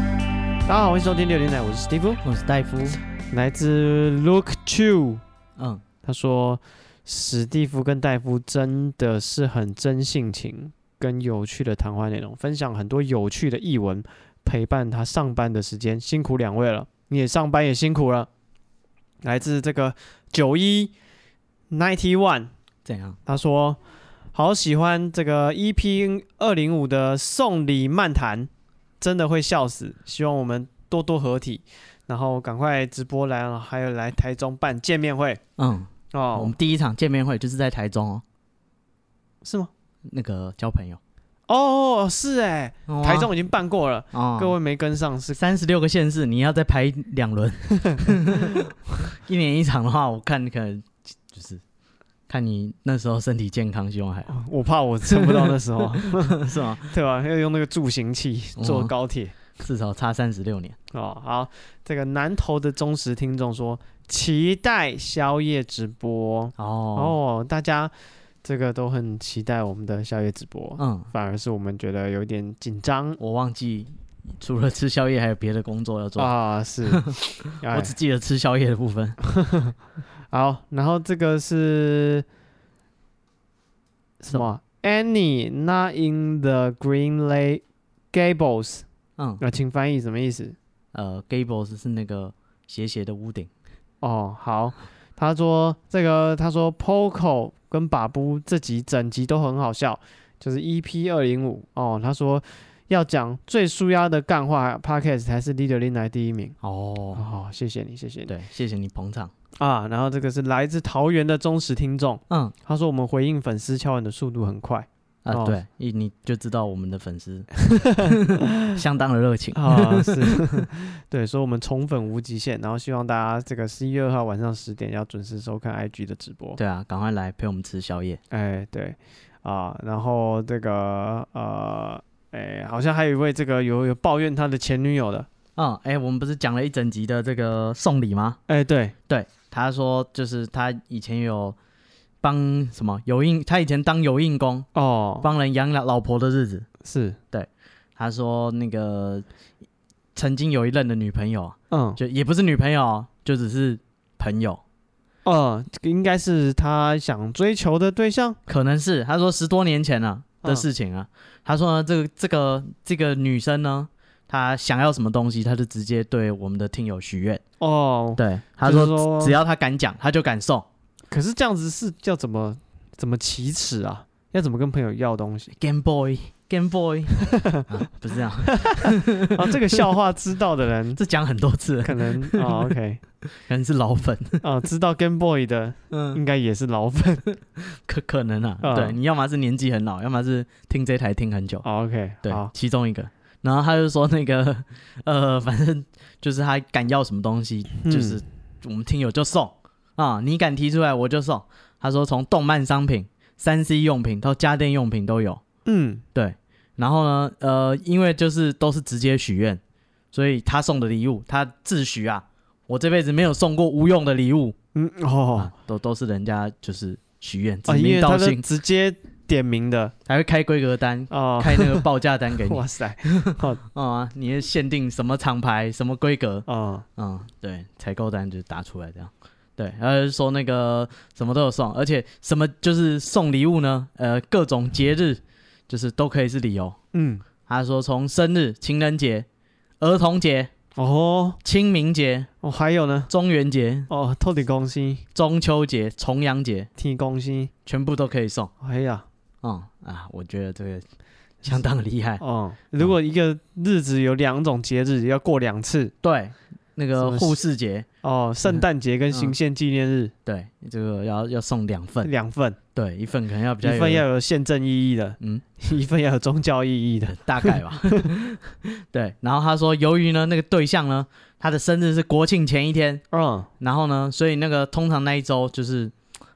大家好，欢迎收听六零奶，我是史蒂夫，我是戴夫。来自 Look Chu，嗯，他说史蒂夫跟戴夫真的是很真性情，跟有趣的谈话内容，分享很多有趣的译文，陪伴他上班的时间，辛苦两位了，你也上班也辛苦了。来自这个九一 ninety one，怎样？他说好喜欢这个 EP 二零五的送礼漫谈，真的会笑死。希望我们多多合体，然后赶快直播来，还有来台中办见面会嗯，我哦们，第一场见面会就是在台中哦，是吗？那个交朋友。哦，是哎、哦啊台中已经办过了，哦，各位没跟上是三十六个县市，你要再排两轮， 一年一场的话，我看你可能就是看你那时候身体健康，希望还好我怕我撑不到那时 候，啊是吗？对吧？要用那个助行器坐哦高铁至少差三十六年。哦。好，这个南投的忠实听众说，期待宵夜直播。哦哦，大家这个都很期待我们的宵夜直播，嗯，反而是我们觉得有点紧张我忘记除了吃宵夜还有别的工作要做，啊， 是，哎我只记得吃宵夜的部分。好，然后这个是什什么么？Annie not in the Green Lake Gables，嗯，呃，请翻译什么意思？呃，Gables 是那个斜斜的屋顶。哦，好，他说这个，他说 Poco 跟把布这集整集都很好笑，就是 EP 二零五哦。他说要讲最舒压的干话 Podcast 才是 Leader Lin 来第一名。哦，哦，谢谢你，谢谢你对，谢谢你捧场。啊！然后这个是来自桃园的忠实听众，嗯他说我们回应粉丝敲碗的速度很快啊，哦对，一你就知道我们的粉丝 相当的热情。啊，是， 对，所以我们宠粉无极限。然后希望大家这个十一月二号晚上十点要准时收看 IG 的直播。对啊，赶快来陪我们吃宵夜。哎，对啊，然后这个呃，哎，好像还有一位这个有有抱怨他的前女友的，嗯，哎、我们不是讲了一整集的这个送礼吗？哎，对，他说就是他以前有帮什么油印，他以前当油印工，哦，帮人养老老婆的日子。是，他说那个曾经有一任的女朋友，嗯，就也不是女朋友，就只是朋友，哦，这个应该是他想追求的对象，可能是他说十多年前了、的嗯事情啊。他说呢，这个这个这个女生呢，她想要什么东西，她就直接对我们的听友许愿。哦，对，他就说是说只要她敢讲，她就敢送。可是这样子是要怎么怎么启齿啊？要怎么跟朋友要东 西 Game Boy。Game Boy，、啊、不是这样，啊？这个笑话知道的人这讲很多次了，可可能啊、o k 能是老粉，啊，知道 Game Boy 的嗯，应该也是老粉、可可能啊，嗯对你要么是年纪很老，要么是听这台听很久，哦、，OK，对好，，其中一个。然后他就说那个，呃，反正就是他敢要什么东西，嗯就是我们听友就送啊，你敢提出来我就送。他说从动漫商品、三 C 用品到家电用品都有。嗯，对，然后呢，呃，因为就是都是直接许愿，所以他送的礼物，他自诩啊，我这辈子没有送过无用的礼物，嗯，哦。啊、都都是人家就是许愿，指啊，因名为道他是姓，直接点名的还会开规格单，哦。开那个报价单给 你。哇塞，啊、你是限定什么厂牌、什么规格，哦，嗯，对，采购单就打出来这样。对，然后就说那个什么都有送，而且什么就是送礼物呢？呃，各种节日就是都可以是理由。嗯，他说从生日、情人节、儿童节、哦，清明节、哦，还有呢，中元节、哦，透底公司、中秋节、重阳节，天公司，全部都可以送。哎呀，嗯啊，我觉得这个相当厉害。哦，如果一个日子有两种节日，要过两次， 对，那什 个么护士节，哦，圣诞节跟行宪纪念日对，这个要要送两份，两份，对，一份可能嗯要比较一有份要有宪政意义的，嗯，一份要有宗教意义的，大概吧。 对，然后他说，由于呢那个对象呢，他的生日是国庆前一天，嗯，然后呢，所以那个通常那一周就是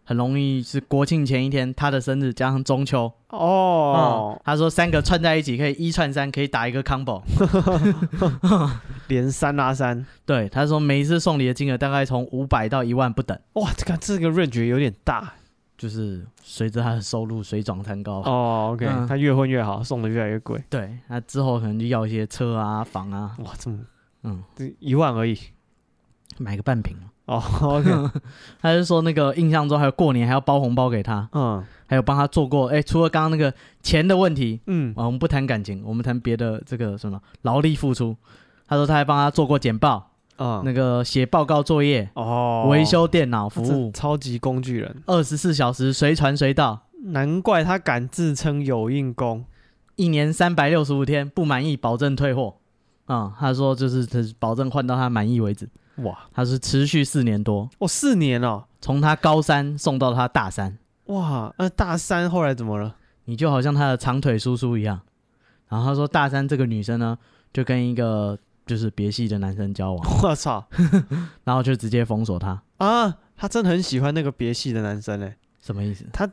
很容易是国庆前一天他的生日加上中秋。哦嗯，他说三个串在一起可以一串三，可以打一个 combo。连三拉三，对，他说每一次送礼的金额大概从五百到一万不等，哇，这个这个 range 有点大就是随着他的收入水涨船高。哦，OK，嗯他越混越好，送的越来越贵，对，他之后可能就要一些车啊、房啊，哇，这么嗯，一万而已。买个半瓶嘛。哦 ，OK，他就说那个印象中还有过年还要包红包给他，嗯还有帮他做过。哎，除了刚刚那个钱的问题，嗯，啊，我们不谈感情，我们谈别的这个什么劳力付出。他说他还帮他做过简报，啊、那个写报告作业、哦，维修电脑服他真务，超级工具人，二十四小时随传随到，难怪他敢自称有印功。一年三百六十五天，不满意保证退货。啊、他说就是他保证换到他满意为止。哇，他是持续四年多，哦，四年哦，从他高三送到他大三，哇，那、大三后来怎么了？你就好像他的长腿叔叔一样。然后他说大三这个女生呢，就跟一个就是别系的男生交往，我操然后就直接封锁他，啊！他真的很喜欢那个别系的男生哎，什么意思？他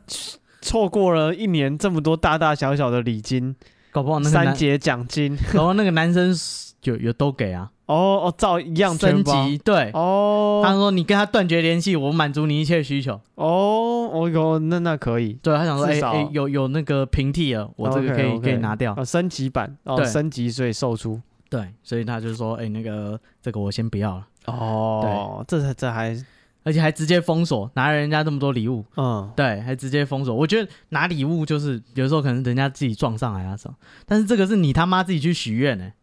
错过了一年这么多大大小小的礼金、搞不好哦那个三男，节奖金， 搞不好那个男生是有有都给啊，哦哦，照一样全升包级对。他哦说：“你跟他断绝联系，我满足你一切需求。哦，哦哟，那那可以”对，他想说：“哎至少哎、有有那个平替了，我这个可以 OK，OK 可以拿掉。哦，升级版哦，对升级所以售出对，所以他就说：“哎、那个这个我先不要了。哦，这才这还”而且还直接封锁，拿了人家这么多礼物，嗯对，还直接封锁。我觉得拿礼物就是有时候可能人家自己撞上来啊什么，但是这个是你他妈自己去许愿哎，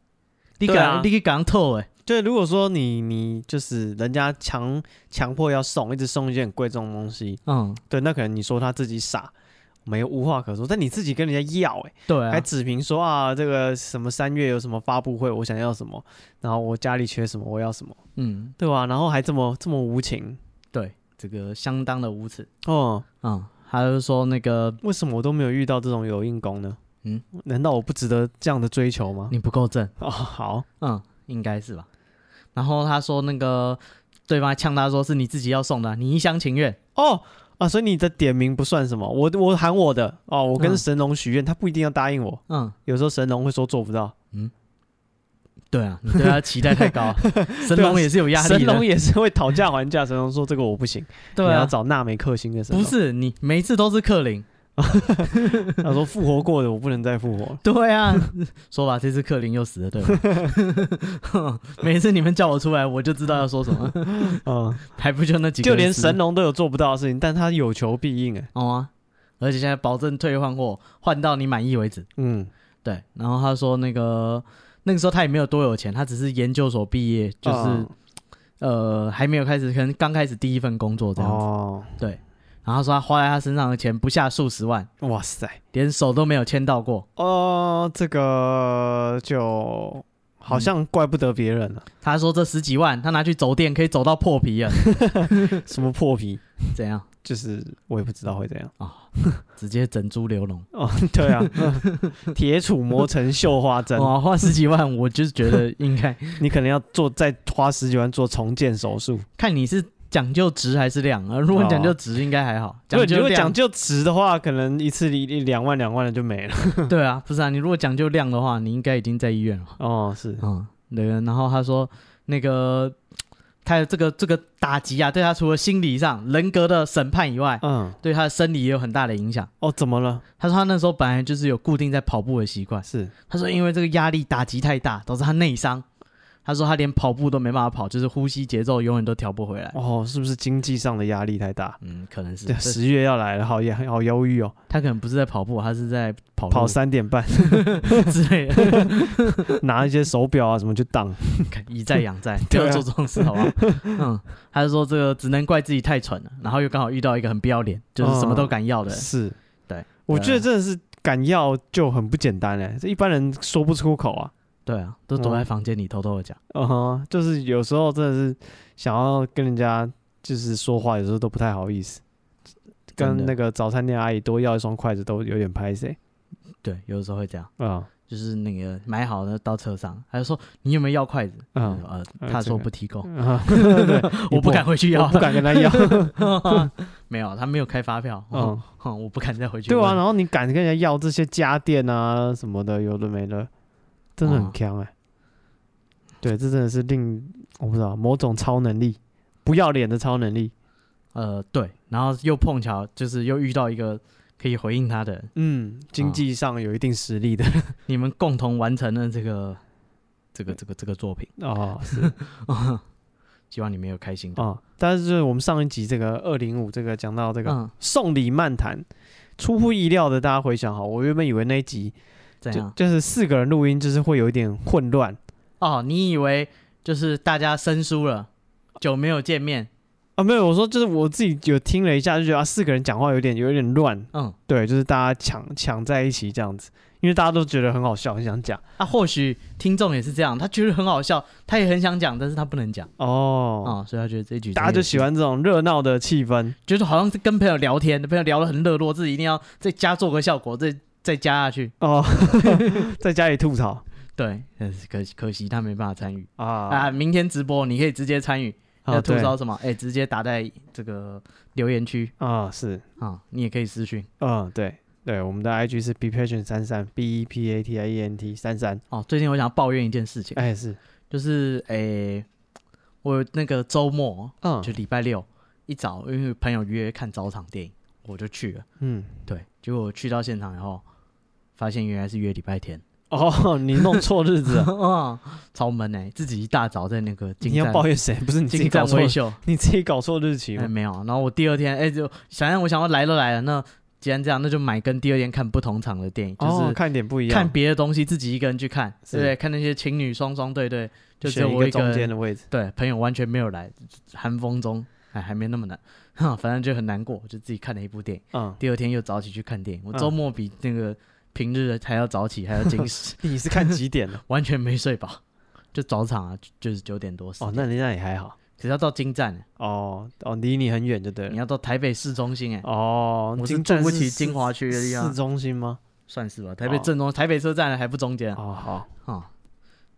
你对啊敢、你去敢透哎，对，如果说你你就是人家强强迫要送，一直送一件很贵重的东西，嗯，对，那可能你说他自己傻，没有无话可说，但你自己跟人家要、欸，对哎、啊还，指明说啊，这个什么三月有什么发布会，我想要什么，然后我家里缺什么，我要什么，嗯，对吧、然后还这么这么无情，对，这个相当的无耻。哦、嗯，还有说那个为什么我都没有遇到这种有硬功呢？嗯，难道我不值得这样的追求吗？你不够正，哦，好，嗯，应该是吧。然后他说那个对方还呛他说是你自己要送的啊，你一厢情愿。哦啊，所以你的点名不算什么，我我喊我的哦，我跟嗯神龙许愿，他不一定要答应我。嗯，有时候神龙会说做不到，对啊，你对他期待 太高了，啊神龙也是有压力啊神龙的。也是会讨价还价。 神龙说这个我不行，对你要啊，找纳美克星的神不龙。是你每一次都是克林。他说复活过的我不能再复活 了。对啊，说吧，这次克林又死了，对吧？ 每次你们叫我出来，我就知道要说什 么，嗯，还不就那几个就人连死神龙都有做不到的事情，但他有求必应哎。哦啊！而且现在保证退换货，换到你满意为止。嗯，对，然后他说那个那个时候他也没有多有钱，他只是研究所毕业，就是、嗯呃还没有开始，可能刚开始第一份工作这样子。哦，对，然后他说他花在他身上的钱不下数十万，哇塞，连手都没有牵到过。哦，这个就好像怪不得别人啊 了，他说这十几万他拿去走店可以走到破皮了，什么破皮，怎样？就是我也不知道会怎样。直接整株流脓。哦， 对啊，嗯铁杵磨成绣花针，哇，花十几万，我就是觉得应 该你可能要做再花十几万做重建手术。看你是讲究值还是量啊。如果你讲究值，应该还好。哦如果讲如究果讲量，究值的话，可能一次一一两万两万的就没 了。 对啊，不是啊。你如果讲究量的话，你应该已经在医院了。哦，是，嗯，对。然后他说，那个他这个这个打击啊，对他除了心理上人格的审判以外，嗯，对他的生理也有很大的影响。哦，怎么了？他说他那时候本来就是有固定在跑步的习惯，是，他说因为这个压力打击太大，导致他内伤。他说他连跑步都没办法跑，就是呼吸节奏永远都调不回来。哦，是不是经济上的压力太大？嗯，可能是嗯对，这十月要来了，好压好忧郁哦，他可能不是在跑步，他是在跑跑山三点半， 之类的， 拿一些手表啊什么去当。看以债养债，不对啊要做这种 事，好不好？嗯，他就说这个只能怪自己太蠢了，然后又刚好遇到一个很不要脸，就是什么都敢要的人。是，对，我觉得对啊真的是敢要就很不简单哎，这一般人说不出口啊。对啊，都躲在房间里偷偷的讲。嗯哼，就是有时候真的是想要跟人家就是说话，有时候都不太好意思，真跟的那个早餐店阿姨多要一双筷子都有点拍谁对，有的时候会这样，啊就是那个买好了到车上，他就说你有没有要筷子？嗯，啊呃，呃他说这个不提供，啊！ 对， 我不敢回去我要不，敢跟他 要。没有，他没有开发票， 嗯嗯，， 哼我不敢再回去对问。啊，然后你敢跟人家要这些家电啊什么的，有的没的，真的很嗯强哎、对，这真的是令我不知道某种超能力，不要脸的超能力。呃，对，然后又碰巧就是又遇到一个可以回应他的人。嗯，经啊 济上有一定实力的， 你们共同完成了这个这个这个这个作 品，哦，是希望你们有开心的。哦，但是就是我们上一集这个二零五这个讲到这个嗯，送礼漫谈，出乎意料的，大家回想哈，我原本以为那一集怎就样？就是四个人录音，就是会有一点混乱哦，你以为就是大家生疏了，久没有见面，啊。没有，我说就是我自己有听了一下，就觉得啊，四个人讲话有点有点乱，嗯，对，就是大家抢抢在一起这样子，因为大家都觉得很好笑，很想讲啊，或许听众也是这样，他觉得很好笑，他也很想讲，但是他不能讲哦。啊、所以他觉得这一局大家就真的有趣喜，欢这种热闹的气氛，就是好像是跟朋友聊天，朋友聊得很热络，自己一定要再加做个效果，再再加下去。 哦， 在家里吐槽对，但是可可惜他没办法参与啊啊明天直播你可以直接参与，啊要吐对槽什么？哎、直接打在这个留言区啊是，啊，你也可以私讯嗯对对，我们的 IG 是 be patient 三三 b e p a t i e n t 三三，哦。最近我想抱怨一件事情，哎是，就是哎、我那个周末嗯就礼拜六一早，因为朋友约看早场电影，我就去了。嗯对，结果我去到现场以后，发现原来是约礼拜天， 哦，你弄错日子了，啊，超闷哎、自己一大早在那个金 你要站抱怨谁？不是你自己金搞站错维，修，你自己搞错日期哎、了。没有。然后我第二天哎、就想想我想要来都来了，那既然这样，那就买跟第二天看不同场的电影，就哦，是看点不一样，哎看别的东西，自己一个人去看，是对不对？看那些情侣双双对对，就只选有一我个一个中人间的位置。对，朋友完全没有来，寒风中哎还还没那么难， 哈，反正就很难过，就自己看了一部电影， 嗯，第二天又早起去看电影，我嗯周末比那个平日还要早起，还要 精神，你是看几点的？完全没睡饱，就早场啊，就就是九点多哦 哦，，那你那也还好。只要到金站，哦哦，离你很远就对你了。要到台北市中心哎，哦，我是金住站不是起市金华区的地市方，中心吗？算是吧，台北哦正中，台北车站还不中间啊，哦，好啊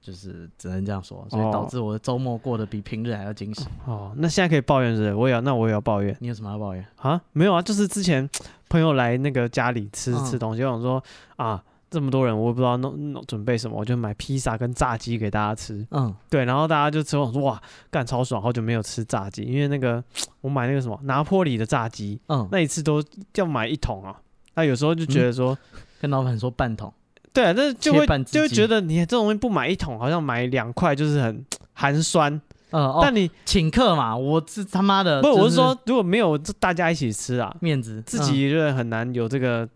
就是只能这样说，所以导哦致我的周末过得比平日还要惊喜。哦，那现在可以抱怨是不是？我也要，那我也要抱怨你有什么要抱 怨？啊？没有啊，就是之前朋友来那个家里吃嗯吃东西，我想说啊，这么多人，我也不知道弄弄准备什么，我就买披萨跟炸鸡给大家吃。嗯，对，然后大家就吃，我说哇，干超爽，好久没有吃炸鸡，因为那个我买那个什么拿坡里的炸鸡，嗯，那一次都要买一桶啊。那有时候就觉得说，跟老板说半桶，对啊，那就嗯切会半只就会鸡觉得你这种东西不买一桶，好像买两块就是很寒酸。呃，哦但你请客嘛，我是他妈的，不，就我是说，如果没有这大家一起吃啊，面子，自嗯、己就是很难有这个。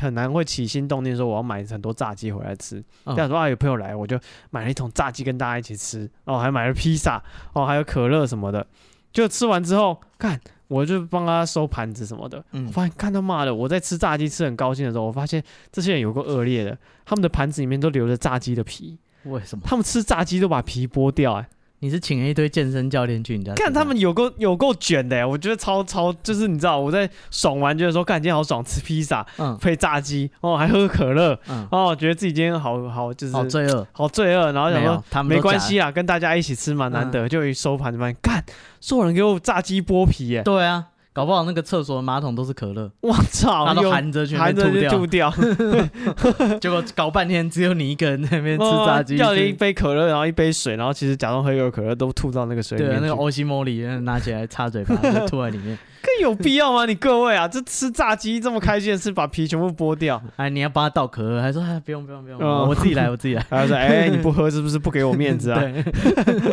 很难会起心动念说我要买很多炸鸡回来吃。嗯这样说啊，有朋友来，我就买了一桶炸鸡跟大家一起吃，哦，还买了披萨，哦，还有可乐什么的。就吃完之后，看我就帮他收盘子什么的。我嗯，发现，看他妈的，我在吃炸鸡吃很高兴的时候，我发现这些人有个恶劣的，他们的盘子里面都留着炸鸡的皮，为什么？他们吃炸鸡都把皮剥掉、哎，你是请了一堆健身教练去你家吃饭？看他们有够有够卷的、哎我觉得超超就是你知道我在爽完觉得说，看今天好爽，吃披萨嗯，配炸鸡，哦，还喝可乐，嗯哦，觉得自己今天好好就是好罪恶，好罪恶，然后想没说有，他没们都假关的，嗯系啊，跟大家一起吃嘛，难得、就一收盘子发现，干，所有人给我炸鸡剥皮、哎，对啊，搞不好那个厕所的马桶都是可乐，我操，他都哦有含着去那含边着就吐吐掉。 掉，结果搞半天只有你一个人在那边吃哦炸鸡，要了一是杯可乐，然后一杯水，然后其实假装喝一口可乐都吐到那个水里对啊面那个去。欧西莫里拿起来擦 嘴巴，就吐在里面。更有必要吗？你各位啊，这吃炸鸡这么开心的事，把皮全部剥 掉，哎，你要帮他倒可乐，还说哎不用不用不用，哦我自己来我自 己来。然后说：“哎、你不喝是不是不给我面子啊？ 对，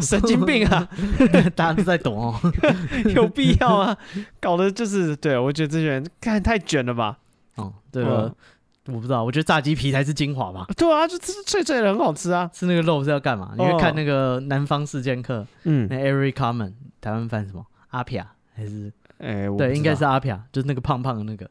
神经病啊，大家都在懂哦。 有必要啊？搞得就是对我觉得这些人看太卷了吧？哦，这个我不知道，我觉得炸鸡皮才是精华吧。对啊，就吃脆脆的很好吃啊。吃那个肉是要干嘛？你会哦看那个《南方四剑客》嗯，那 Eric Carmen 台湾翻什么阿撇还是哎、我不对，知应该道是阿撇，就是那个胖胖的那个。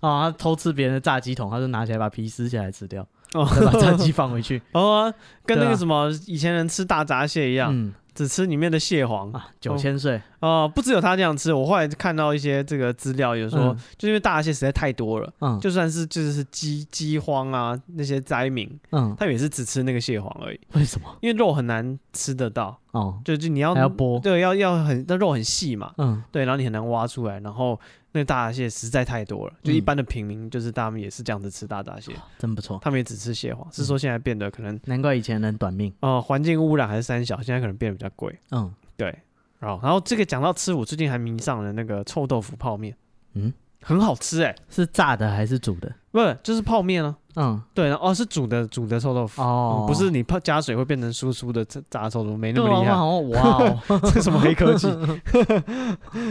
啊、他偷吃别人的炸鸡桶，他就拿起来把皮撕下来 吃掉，再把炸哦鸡放 回去。哦啊、跟那对个啊什么以前人吃大闸蟹一样，嗯只吃里面的蟹黄啊，九千岁哦、不只有他这样吃，我后来看到一些这个资料，有说、嗯就因为大蟹实在太多了，嗯哦就算是就是饥饥荒啊那些灾民，嗯，他们也是只吃那个蟹黄而已，为什么？因为肉很难吃得到，哦，就就你要还要剥？对要要很那肉很细嘛，嗯对，然后你很难挖出来，然后那大蟹实在太多了，就一嗯哦般的平民就是他们也是这样子吃大闸蟹，真不错，他们也只吃蟹黄，嗯是说现在变得可能难怪以前人短命。呃环境污染还是三小，现在可能变得比较贵，嗯，对，然后然后这个讲到吃，我最近还迷上了那个臭豆腐泡面，嗯，很好吃哎、是炸的还是煮的？不是就是泡面啊。嗯，对，然后哦是煮的煮的臭豆腐，嗯，哦不是你泡加水会变成酥酥的炸炸臭豆腐，没那对么啊，我厉害。好像哇 哦，这什么黑 科技？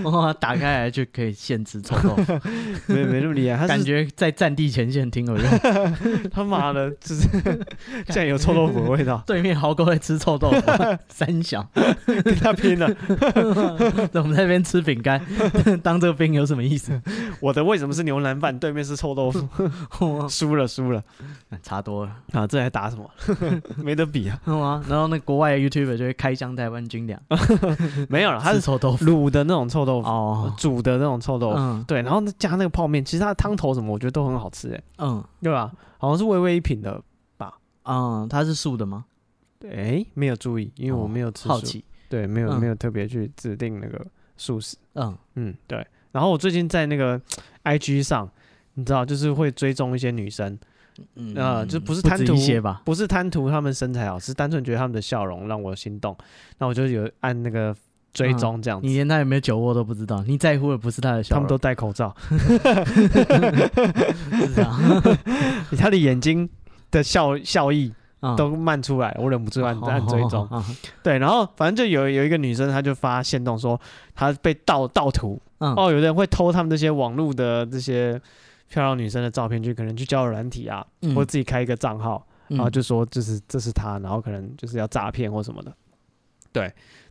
哇，打开来就可以现吃臭豆 腐，没没那么厉害，他感是觉在战地前线挺有用。 他妈的，就是竟然有臭豆腐的味道，对面壕沟在吃臭豆腐， 三小， 跟他拼了！我们在那边吃饼干， 当这个兵有什么意思？我的为什么是牛腩饭，对面是臭豆 腐？输了输了差多了，啊！这还打什 么？没得比啊！吗？然后那国外的 YouTuber 就会开箱台湾军粮，没有了，它吃是臭豆腐卤的那种臭豆腐，哦，煮的那种臭豆腐，嗯对，然后呢加那个泡面，其实它的汤头什么我觉得都很好吃，哎，嗯对吧？好像是微微一品的，嗯，它是素的吗？哎，没有注意，因为我没有吃哦好素奇，对，没有、嗯没有特别去指定那个素食，嗯嗯，对。然后我最近在那个 IG 上，你知道，就是会追踪一些女生，嗯呃就不是不贪止图一些吧？不是贪图她们身材好，是单纯觉得她们的笑容让我心动，那我就有按那个追踪这样子你。连他有没有酒窝都不知道，你在乎的不是他的他笑容，们都戴口罩， 都是啊， 她的眼睛的笑笑意嗯都漫出来，我忍不住按按追踪。，嗯 对，然后反正就有有一个女生，她就发现动说她被盗盗图，嗯哦，有的人会偷他们这些网络的这些漂亮女生的照片，就可能去交友软体啊，嗯或自己开一个账号，然后嗯就说就是这是他，然后可能就是要诈骗或什么的。对，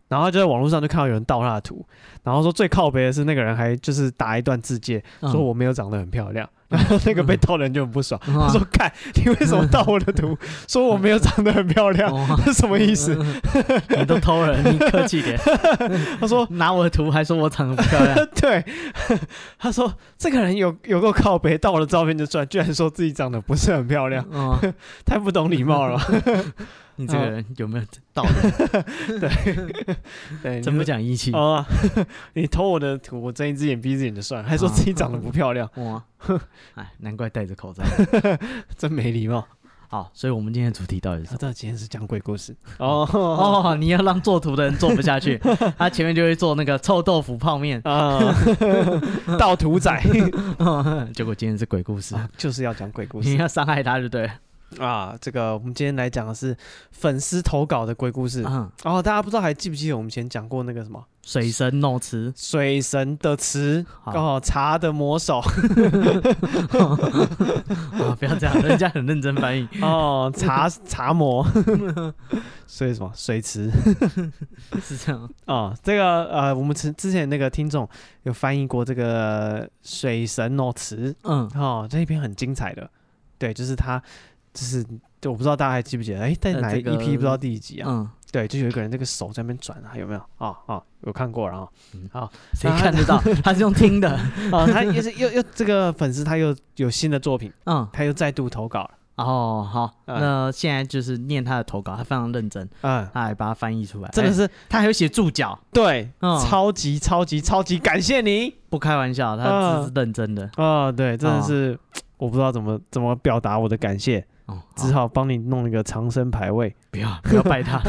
然后他就在网络上就看到有人盗他的图，然后说最靠北的是那个人还就是打一段字界，嗯说我没有长得很漂亮，然后那个被盗的人就很不爽，嗯他说看你为什么盗我的 图，说我没有长得很漂亮，哇这什么意思？哦嗯你都偷了，你客气 点。他说拿我的图还说我长得不漂 亮， 对， 他说这个人有有够靠北，盗了照片就算，居然说自己长得不是很漂亮，嗯，太不懂礼貌了 吧。你这个人有没有道 德？对，真不讲义气你就？。哦 啊，你偷我的图，我睁一只眼闭一只眼就算，还说自己长得不漂亮，哇， 哎，难怪戴着口罩。真没礼貌。好，所以我们今天的主题到底是他什么？知道啊今天是讲鬼故事哦哦，你要让做图的人做不下去， 他前面就会做那个臭豆腐泡 面， 啊，盗图 仔结果今天是鬼故事，啊就是要讲鬼故哦 事你要伤害他就对了。啊。这个我们今天来讲的是粉丝投稿的鬼故事。嗯，哦，大家不知道还记不记得我们以前讲过那个什么水神弄吃，水神的词好哦，茶的魔手。啊，不要这样，人家很认真翻译。 哦，茶茶 魔，所以什么水池 是这样，啊、哦这个呃，我们之之前那个听众有翻译过这个水神哦池嗯，哦，这一篇很精彩的，对，就是他就是我不知道大家还记不记得，哎，在呃哪这一个批不知道第几集啊？嗯，对，就有一个人这个手在那边转，还有没有？啊、哦、啊、哦，有看过了啊、谁看得到？他是用听的， 哦，他又是又又这个粉丝他又有新的作品，嗯，他又再度投稿了， 哦，好，嗯那现在就是念他的投稿，他非常认真，嗯，他还把它翻译出来，真的哎，是、他还有写注脚，对，嗯超级超级超级感谢你。不开玩笑，他嗯只是认真的。啊，对，真的啊是、我不知道怎么怎么表达我的感谢，哦，只好好帮你弄一个长生牌 位。不要不要拜他，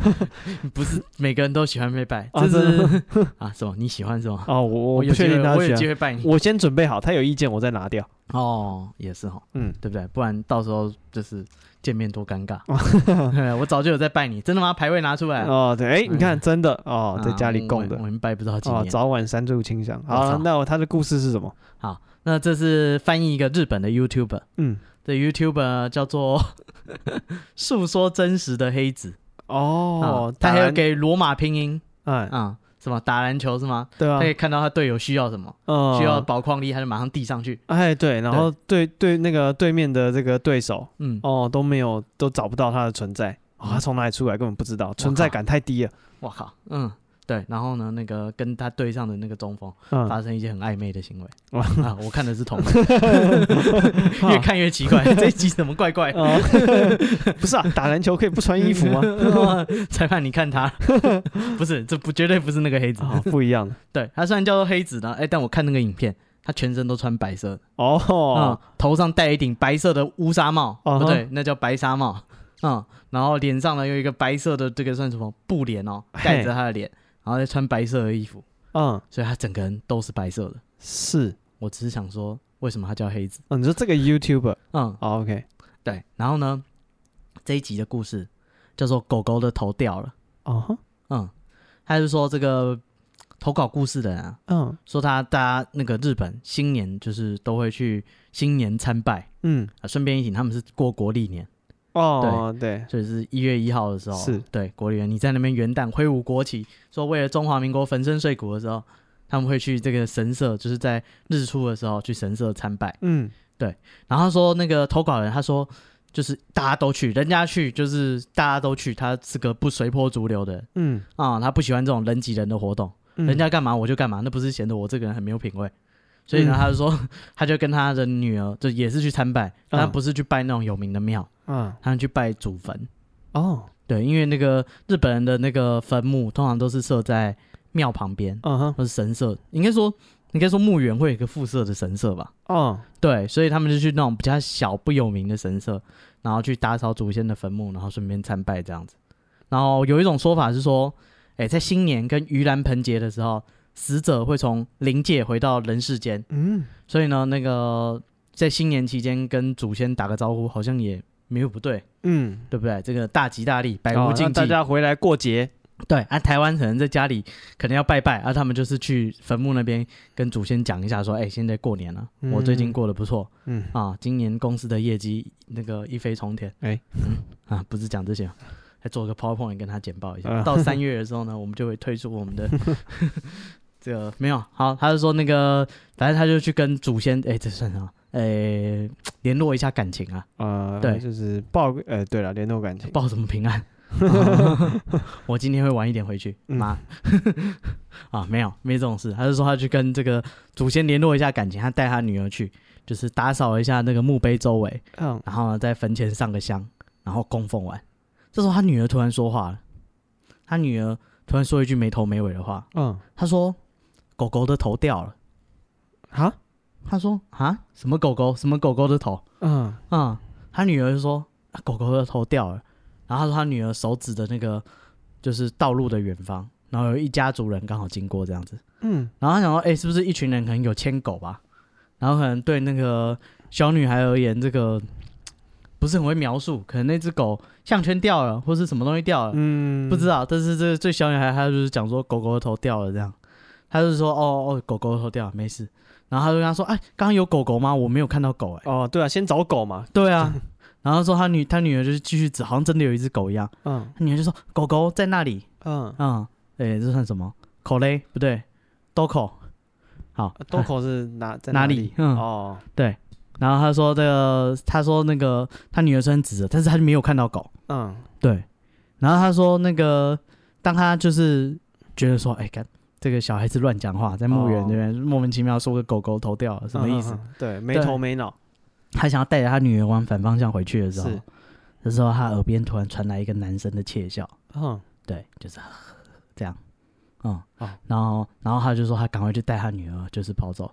不是每个人都喜欢被拜，啊这真是 啊什么？你喜欢什么？哦，我我有不机确定会，他我有选机，会拜你。我先准备好，他有意见我再拿掉。哦，也是哈，嗯，对不对？不然到时候就是见面多尴尬。对 我早就有在拜你，真的吗？牌位拿出来。哦，对，哎，你看，真的哦啊，在家里供我的们我。们拜不知道几哦，年。早晚三炷清香。我操好，那我他的故事是什么？好，那这是翻译一个日本的 YouTuber，嗯，的 YouTuber 叫做 诉说真实的黑子哦啊，他还打有篮，给罗马拼音哎，啊、什么打篮球是吗？对他啊可，以看到他队友需要什么，嗯需要，宝矿力，他就马上递上去。哎，对，然后对对那个对面的这个对手，嗯，哦，都没有，都找不到他的存在。哦，他从哪里出来根本不知道，存在感太低了。我靠，嗯，对。然后呢，那个跟他对上的那个中锋嗯，发生一些很暧昧的行为、哇啊，我看的 是同人，越看越奇怪，嗯这一集怎么怪怪？哦， 不是啊，打篮球可以不穿衣服吗？ 裁判，你 看他，不是，这不绝对不是那个黑子，啊、不一样的对他虽然叫做黑子呢，哎、但我看那个影片，他全身都穿白色的。哦嗯，，头上戴一顶白色的乌纱帽，嗯哼不对，那叫白纱帽。嗯，然后脸上呢有一个白色的这个算什么布帘哦，嘿盖着他的脸，然后再穿白色的衣服，嗯，所以他整个人都是白色的。是我只是想说，为什么他叫黑子？哦，你说这个 YouTuber，嗯，哦，OK，对。然后呢，这一集的故事叫做“狗狗的头掉了哦哈，”。嗯，他就说这个投稿故事的人啊，嗯说他大家那个日本新年就是都会去新年参拜嗯，啊，顺便一提，他们是过国历年，哦，对，所以是一月一号的时候，是对国历年。你在那边元旦挥舞国旗，说为了中华民国粉身碎骨的时候，他们会去这个神社，就是在日出的时候去神社参拜。嗯然后他说那个投稿人，他说就是大家都去，人家去就是大家都去，他是个不随波逐流的人嗯啊、他不喜欢这种人挤人的活动。嗯，人家干嘛我就干嘛，那不是显得我这个人很没有品味。所以呢，嗯他就说， 他就跟他的女儿，就也是去参拜，但他嗯不是去拜那种有名的庙，啊，他们去拜祖坟。哦，对，因为那个日本人的那个坟墓通常都是设在庙旁边嗯哼，或是神社，应该说应该说墓园会有一个附设的神社吧。哦，对，所以他们就去那种比较小不有名的神社，然后去打扫祖先的坟墓，然后顺便参拜这样子。然后有一种说法是说，哎，在新年跟盂兰盆节的时候，死者会从灵界回到人世间，嗯所以呢，那个在新年期间跟祖先打个招呼，好像也没有不对，嗯，对不对？这个大吉大利，百哦无让禁忌。大家回来过节， 对，啊，台湾可能在家里可能要拜拜，啊，他们就是去坟墓那边跟祖先讲一下，说，哎，现在过年了，我最近嗯过得不错，嗯啊，今年公司的业绩那个一飞冲天。哎嗯啊，不是讲这些，还做个 PowerPoint 跟他简报一下。啊到三月的时候呢，我 们就会推出我们的 这个没有好，他就说那个，反正他就去跟祖先，哎、这算什么？哎、联络一下感情啊，呃，对就是报个，呃，对了，联络感情，报什么平安？我今天会晚一点回去，嗯妈。 啊，没有，没这种事。他就说他去跟这个祖先联络一下感情，他带他女儿去，就是打扫一下那个墓碑周围，嗯，然后呢，在坟前上个香，然后供奉完。这时候他女儿突然说话了，他女儿突然说一句没头没尾的话，嗯，她说：“狗狗的头掉了。哈，”她说：“啊，什么狗狗？什么狗狗的头嗯，？”啊、他女儿就说、啊狗狗的头掉了。”然后他说他女儿手指的那个就是道路的远方，然后有一家族人刚好经过这样子。嗯然后他想说，哎、是不是一群人可能有牵狗吧？然后可能对那个小女孩而言，这个不是很会描述，可能那只狗项圈掉了，或是什么东西掉了，嗯，呃不知道。但是这个这小女孩她就是讲说狗狗的头掉了这样，她就说哦哦，狗狗的头掉了，没事。然后她就跟她说，哎，刚刚有狗狗吗？我没有看到狗、哎，哦，对啊，先找狗嘛，对啊。然后说她女她女儿就是继续指，好像真的有一只狗一样。嗯她女儿就说狗狗在那里，嗯，嗯，哎、这算什么？口嘞？不对，兜口。好，豆呃口是哪在哪里里？嗯哦，然后他说这个，他说那个他女儿虽然指着，但是他就没有看到狗。嗯对，然后他说那个，当他就是觉得说，哎，干这个小孩子乱讲话，在墓园哦那边、莫名其妙说个狗狗头掉了，什么意嗯？思？嗯嗯对，没对头没脑，他想要带着他女儿往反方向回去的时候是，这时候他耳边突然传来一个男生的窃笑，嗯对，就是呵呵这样，嗯，哦然后然后他就说他赶快去带他女儿，就是跑走，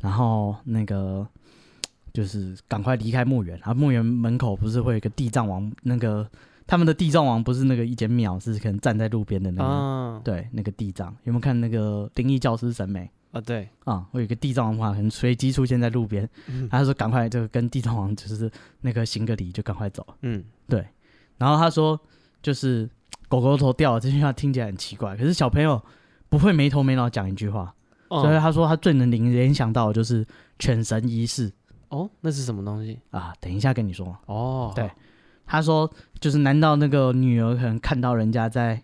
然后那个就是赶快离开墓园，然后墓园门口不是会有一个地藏王，那个他们的地藏王不是那个一间庙，是可能站在路边的那个，啊对，那个地藏有没有看那个灵异教师审美？啊，对，啊、会有一个地藏王嘛，很随机出现在路边，嗯他说赶快就跟地藏王就是那个行个礼，就赶快走。嗯然后他说，就是狗狗头掉了这句话听起来很奇怪，可是小朋友不会没头没脑讲一句话，所以哦他说他最能联联想到的就是犬神仪式哦，那是什么东西？啊。等一下跟你说，哦，对他说就是难道那个女儿可能看到人家在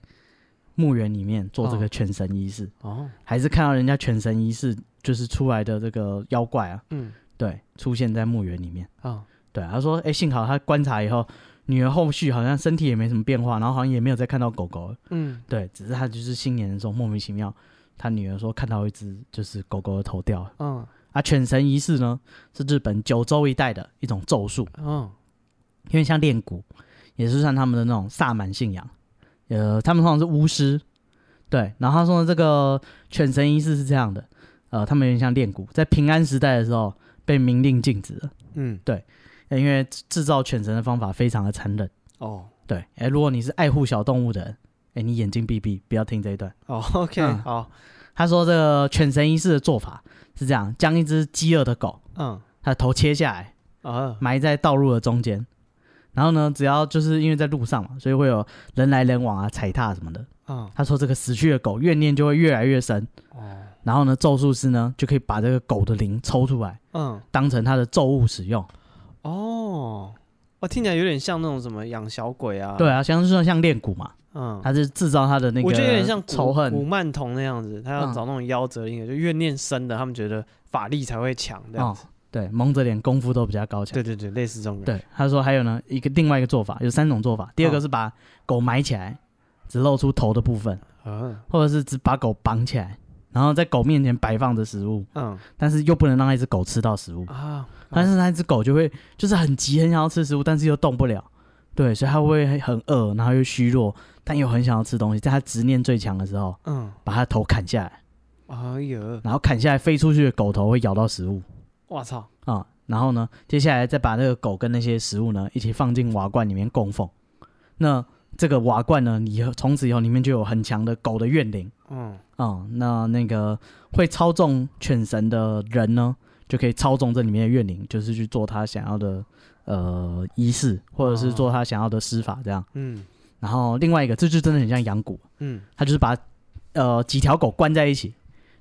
墓园里面做这个哦犬神仪式，哦，还是看到人家犬神仪式就是出来的这个妖怪啊？嗯对，出现在墓园里面。啊，对，他说，哎，幸好他观察以后，女儿后续好像身体也没什么变化，然后好像也没有再看到狗狗了。嗯对，只是他就是新年的时候莫名其妙，他女儿说看到一只就是狗狗的头掉了。嗯啊，犬神仪式呢是日本九州一带的一种咒术，嗯因为像练蛊，也是算他们的那种萨满信仰。呃，他们通常是巫师，对。然后他说这个犬神仪式是这样的，呃，他们有点像练蛊，在平安时代的时候被明令禁止了，呃嗯，因为制造犬神的方法非常的残忍。哦对，哎、如果你是爱护小动物的人，哎、你眼睛闭闭，不要听这一段。哦，OK，嗯好，他说这个犬神一式的做法是这样：将一只饥饿的狗，嗯它的头切下来，啊，埋在道路的中间。然后呢，只要就是因为在路上嘛，所以会有人来人往啊、踩踏什么的。嗯他说这个死去的狗怨念就会越来越深，哦然后呢，咒术师呢就可以把这个狗的灵抽出来，嗯当成他的咒物使用。啊哦，我听起来有点像那种什么养小鬼啊，对，啊，像是像练蛊嘛，嗯，他是制造他的那个，我觉得有点像古仇古恨。曼童那样子，他要嗯找那种夭折灵的，就怨念深的，他们觉得法力才会强这样哦子。，对，蒙着脸功夫都比较高强。对对对，类似这种人。对，他说还有呢，一个另外一个做法有三种做法，第二个嗯是把狗埋起来，只露出头的部分，嗯或者是只把狗绑起来，然后在狗面前摆放着食物，嗯但是又不能让那只狗吃到食物，啊，但是那只狗就会就是很急，很想要吃食物，但是又动不了，对，所以它会很饿，然后又虚弱，但又很想要吃东西，在它执念最强的时候，嗯，把它的头砍下来，哎呦，然后砍下来飞出去的狗头会咬到食物我操，啊、然后呢，接下来再把那个狗跟那些食物呢一起放进瓦罐里面供奉，那这个瓦罐呢，以后从此以后里面就有很强的狗的怨灵。嗯，哦、那那个会操纵犬神的人呢，就可以操纵这里面的怨灵，就是去做他想要的呃仪式，或者是做他想要的施法这样。嗯然后另外一个，这就真的很像养蛊，嗯，他就是把呃几条狗关在一起，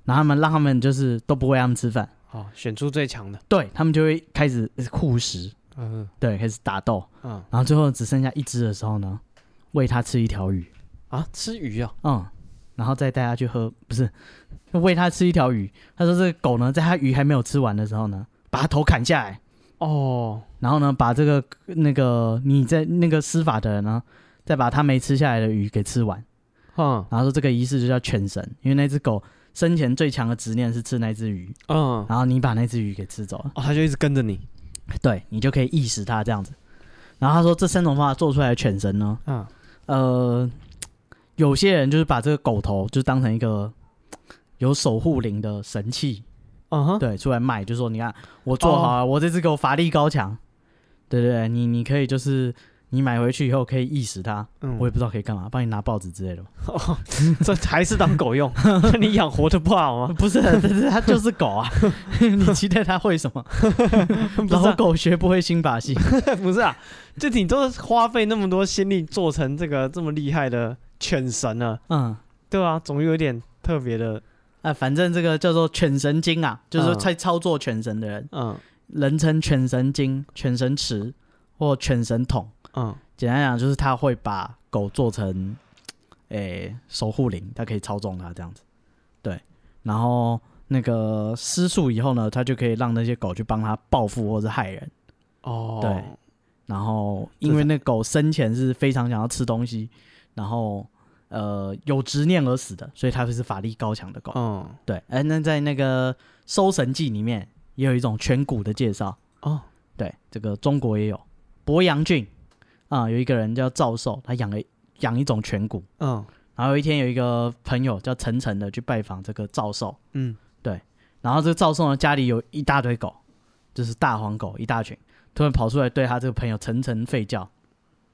然后他们让他们就是都不喂他们吃饭，好，选出最强的，对他们就会开始护食，嗯对，开始打斗，嗯然后最后只剩下一只的时候呢，喂它吃一条鱼，啊，吃鱼啊，嗯，然后再带它去喝，不是喂它吃一条鱼。他说这个狗呢，在它鱼还没有吃完的时候呢，把它头砍下来，哦，然后呢，把这个那个你在那个施法的人呢，再把它没吃下来的鱼给吃完。嗯然后说这个仪式就叫犬神，因为那只狗生前最强的执念是吃那只鱼，嗯，哦，然后你把那只鱼给吃走了，他就一直跟着你，对你就可以意识它这样子。然后他说这三种方法做出来的犬神呢，嗯呃，有些人就是把这个狗头就当成一个有守护灵的神器，嗯哼，对，出来卖，就说你看我做好了，我这只狗法力高强，对对对，你你可以就是你买回去以后可以意识它，嗯我也不知道可以干嘛，帮你拿报纸之类的吧。 哦， 这还是当狗 用，你养活的不好吗？不是，但是它就是狗啊， 你期待它会什么？ 不是老啊，狗学不会新把戏， 不是啊，就你都花费那么多心力做成这个这么厉害的犬神了，嗯。对啊，总有一点特别的，啊，反正这个叫做犬神经啊，就是说嗯在操作犬神的人，嗯人称犬神经、犬神池或犬神桶。嗯简单讲，就是他会把狗做成，诶、守护灵，他可以操纵它这样子。对，然后那个施术以后呢，他就可以让那些狗去帮他报复或者害人。哦，对然后因为那狗生前是非常想要吃东西，然后呃有执念而死的，所以它就是法力高强的狗。嗯对，哎、那在那个《搜神记》里面也有一种颧骨的介绍。哦对，这个中国也有博阳郡啊、有一个人叫赵寿，他养了养一种颧骨。嗯然后有一天有一个朋友叫陈晨的去拜访这个赵寿，嗯然后这个赵寿呢家里有一大堆狗，就是大黄狗一大群，突然跑出来对他这个朋友陈晨吠叫，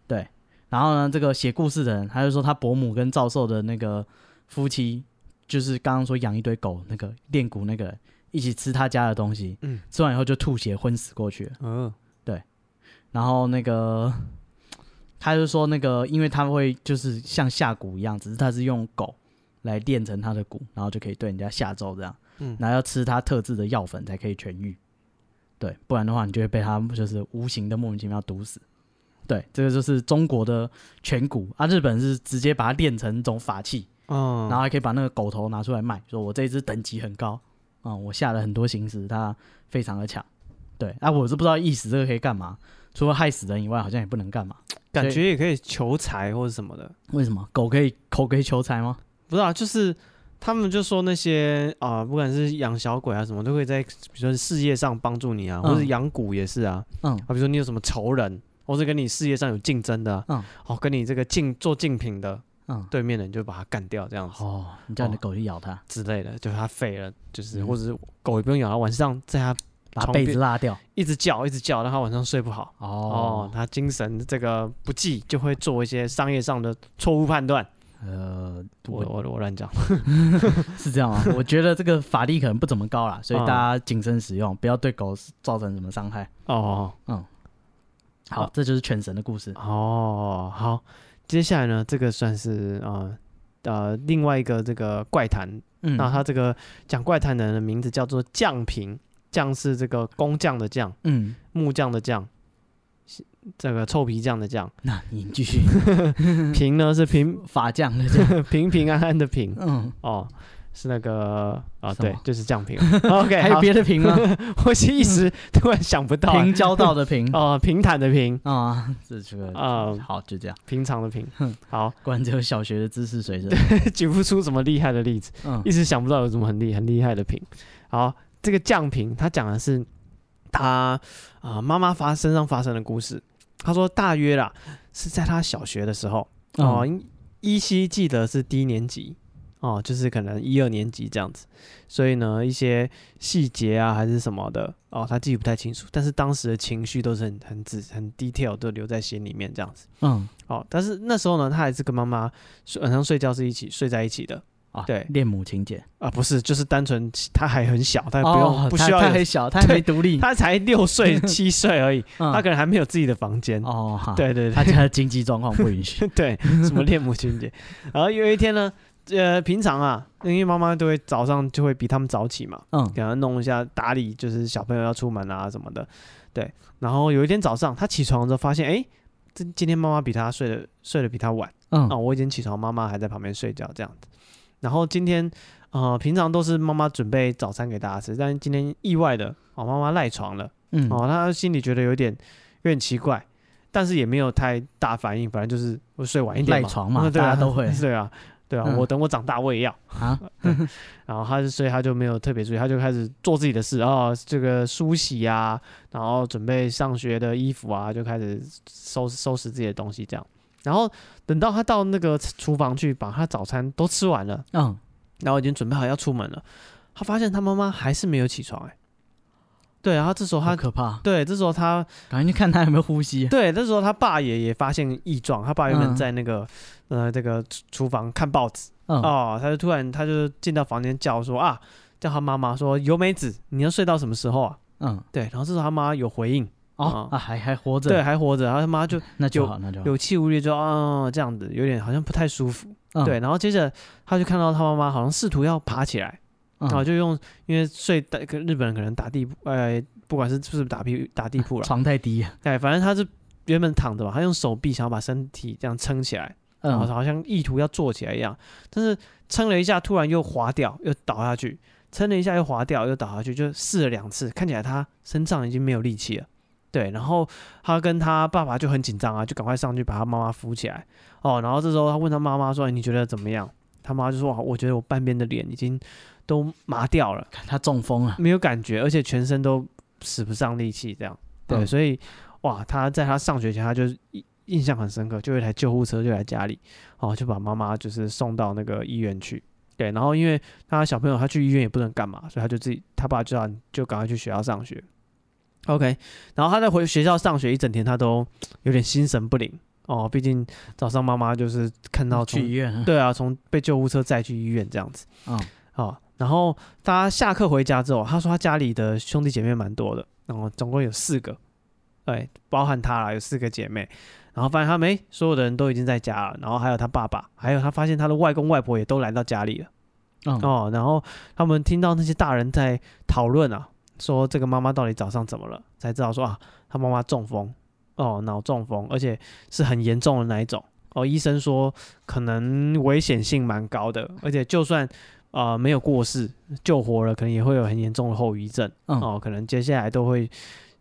对，然后呢这个写故事的人他就说他伯母跟赵寿的那个夫妻，就是刚刚说养一堆狗那个练蛊那个人一起吃他家的东西，嗯吃完以后就吐血昏死过去了。嗯然后那个他就说那个，因为他会就是像下蛊一样，只是他是用狗来炼成他的蛊，然后就可以对人家下咒这样。嗯然后要吃他特制的药粉才可以痊愈。对，不然的话你就会被他就是无形的莫名其妙毒死。对，这个就是中国的颧骨啊，日本是直接把它炼成一种法器，嗯，然后还可以把那个狗头拿出来卖，说我这一只等级很高，啊、我下了很多心思，它非常的强。对，啊，我是不知道意思这个可以干嘛，除了害死人以外，好像也不能干嘛。感觉也可以求财或者什么的，为什么狗可以口可以求财吗？不是啊，就是他们就说那些啊、不管是养小鬼啊什么，都可以在比如说事业上帮助你啊，或者嗯养蛊也是啊，嗯啊，比如说你有什么仇人，或者跟你事业上有竞争的、啊，嗯哦，跟你这个竞做竞品的嗯，对面的，你就把他干掉这样子哦，你叫你的狗去咬它，之类的，就他废了，就是、嗯或者是狗也不用养了，晚上在他把床被边子拉掉。一直叫一直叫，让他晚上睡不好。哦哦哦，他精神这个不济，就会做一些商业上的错误判断，呃，我我我我乱讲，是这样 吗？我觉得这个法力可能不怎么高啦，所以嗯大家谨慎使用，不要对狗造成什么伤害。哦好好，这就是犬神的故事。哦，好，接下来呢，这个算是啊呃另外一个这个怪谈，嗯，那他这个讲怪谈的人的名字叫做将平，将是这个工匠的匠，嗯，木匠的匠，这个臭皮匠的匠，那你继 续嗯平呢是平法将的这样。 平平安安的平嗯，哦，是那个啊什么对，就是将平。OK， 还有好别的平 吗？我是一时突然想不到、平交道的 平哦、平坦的平，啊，这这个啊好就这样。平常的平。好， 果然只有小学的知识水准。举不出什么厉害的例子，嗯一时想不到有什么很厉很厉害的平。好，这个降平他讲的是他啊妈妈发身上发生的故事。他说大约啦是在他小学的时候哦，嗯依稀记得是低年级哦，就是可能一二年级这样子。所以呢，一些细节啊还是什么的哦，他记不太清楚，但是当时的情绪都是很很仔很 detail 都留在心里面这样子。嗯哦，但是那时候呢，他还是跟妈妈睡晚上睡觉是一起睡在一起的。啊，对恋母情节。啊，不是，就是单纯他还很小，哎他不用、哦，不他需要他有 还小，他还没独立。他才六 岁七岁而已，嗯他可能还没有自己的房间。哦，好，对对 他对 家的经济状况不允许。对，什么恋母情节。然后有一天呢，呃，平常啊，因为妈妈都会早上就会比他们早起嘛，嗯给他弄一下打理，就是小朋友要出门啊什么的。对，然后有一天早上他起床之后发现，哎，这今天妈妈比他睡的睡得比他晚。嗯哦，我已经起床，妈妈还在旁边睡觉这样子。然后今天，呃，平常都是妈妈准备早餐给大家吃，但是今天意外的，哦，妈妈赖床了，嗯哦，她心里觉得有点有点奇怪，但是也没有太大反应，反正就是我睡晚一点赖床嘛嗯对啊，大家都会 对啊，对啊，嗯我等我长大我也要。啊，然后他就所以他就没有特别注意，他就开始做自己的事啊、哦，这个梳洗啊，然后准备上学的衣服啊，就开始收收拾自己的东西这样。然后等到他到那个厨房去，把他早餐都吃完了，嗯，然后已经准备好要出门了，他发现他妈妈还是没有起床、哎，对，然后这时候好他。可怕，对，这时候他赶紧去看他有没有呼吸。对，那时候他爸也也发现异状，他爸原本嗯在那个、呃这个厨厨房看报纸，嗯，哦，他就突然他就进到房间叫说啊，叫他妈妈说由美子，你要睡到什么时候啊？嗯，对，然后这时候他妈有回应，哦啊，还还活对，着，还活着，然后他妈就那就有好，那就好。有气无力就啊、这样子，有点好像不太舒服，嗯对，，然后接着他就看到他妈妈好像试图要爬起来，嗯然哦后就用因为睡大跟日本人可能打地铺，呃，不管是是不是打屁打地 铺了，床太低，对，反正他是原本躺着嘛，他用手臂想要把身体这样撑起来，然后嗯，好像意图要坐起来一样，但是撑了一下，突然又滑掉，又倒下去，撑了一下又滑掉，又倒下去，就试了两次，看起来他身上已经没有力气了。对，然后他跟他爸爸就很紧张啊，就赶快上去把他妈妈扶起来。哦，然后这时候他问他妈妈说哎：“你觉得怎么样？”他妈就说：“哇我觉得我半边的脸已经都麻掉了，看他中风了。没有感觉，而且全身都使不上力气，这样。对，嗯所以哇，他在他上学前，他就印印象很深刻，就有一台救护车就来家里，哦，就把妈妈就是送到那个医院去。对，然后因为他小朋友他去医院也不能干嘛，所以他就自己他爸就让就赶快去学校上学。OK，然后他在回学校上学一整天，他都有点心神不宁哦，毕竟早上妈妈就是看到从嗯去医院了。对啊，从被救护车载去医院这样子。嗯哦，然后他下课回家之后，他说他家里的兄弟姐妹蛮多的，然后总共有四个，对，包含他啦，有四个姐妹。然后发现他们诶所有的人都已经在家了，然后还有他爸爸，还有他发现他的外公外婆也都来到家里了。嗯哦，然后他们听到那些大人在讨论啊，说这个妈妈到底早上怎么了，才知道说啊，她妈妈中风，哦，脑中风，而且是很严重的那一种。哦，医生说可能危险性蛮高的，而且就算呃没有过世，救活了，可能也会有很严重的后遗症。嗯哦，可能接下来都会，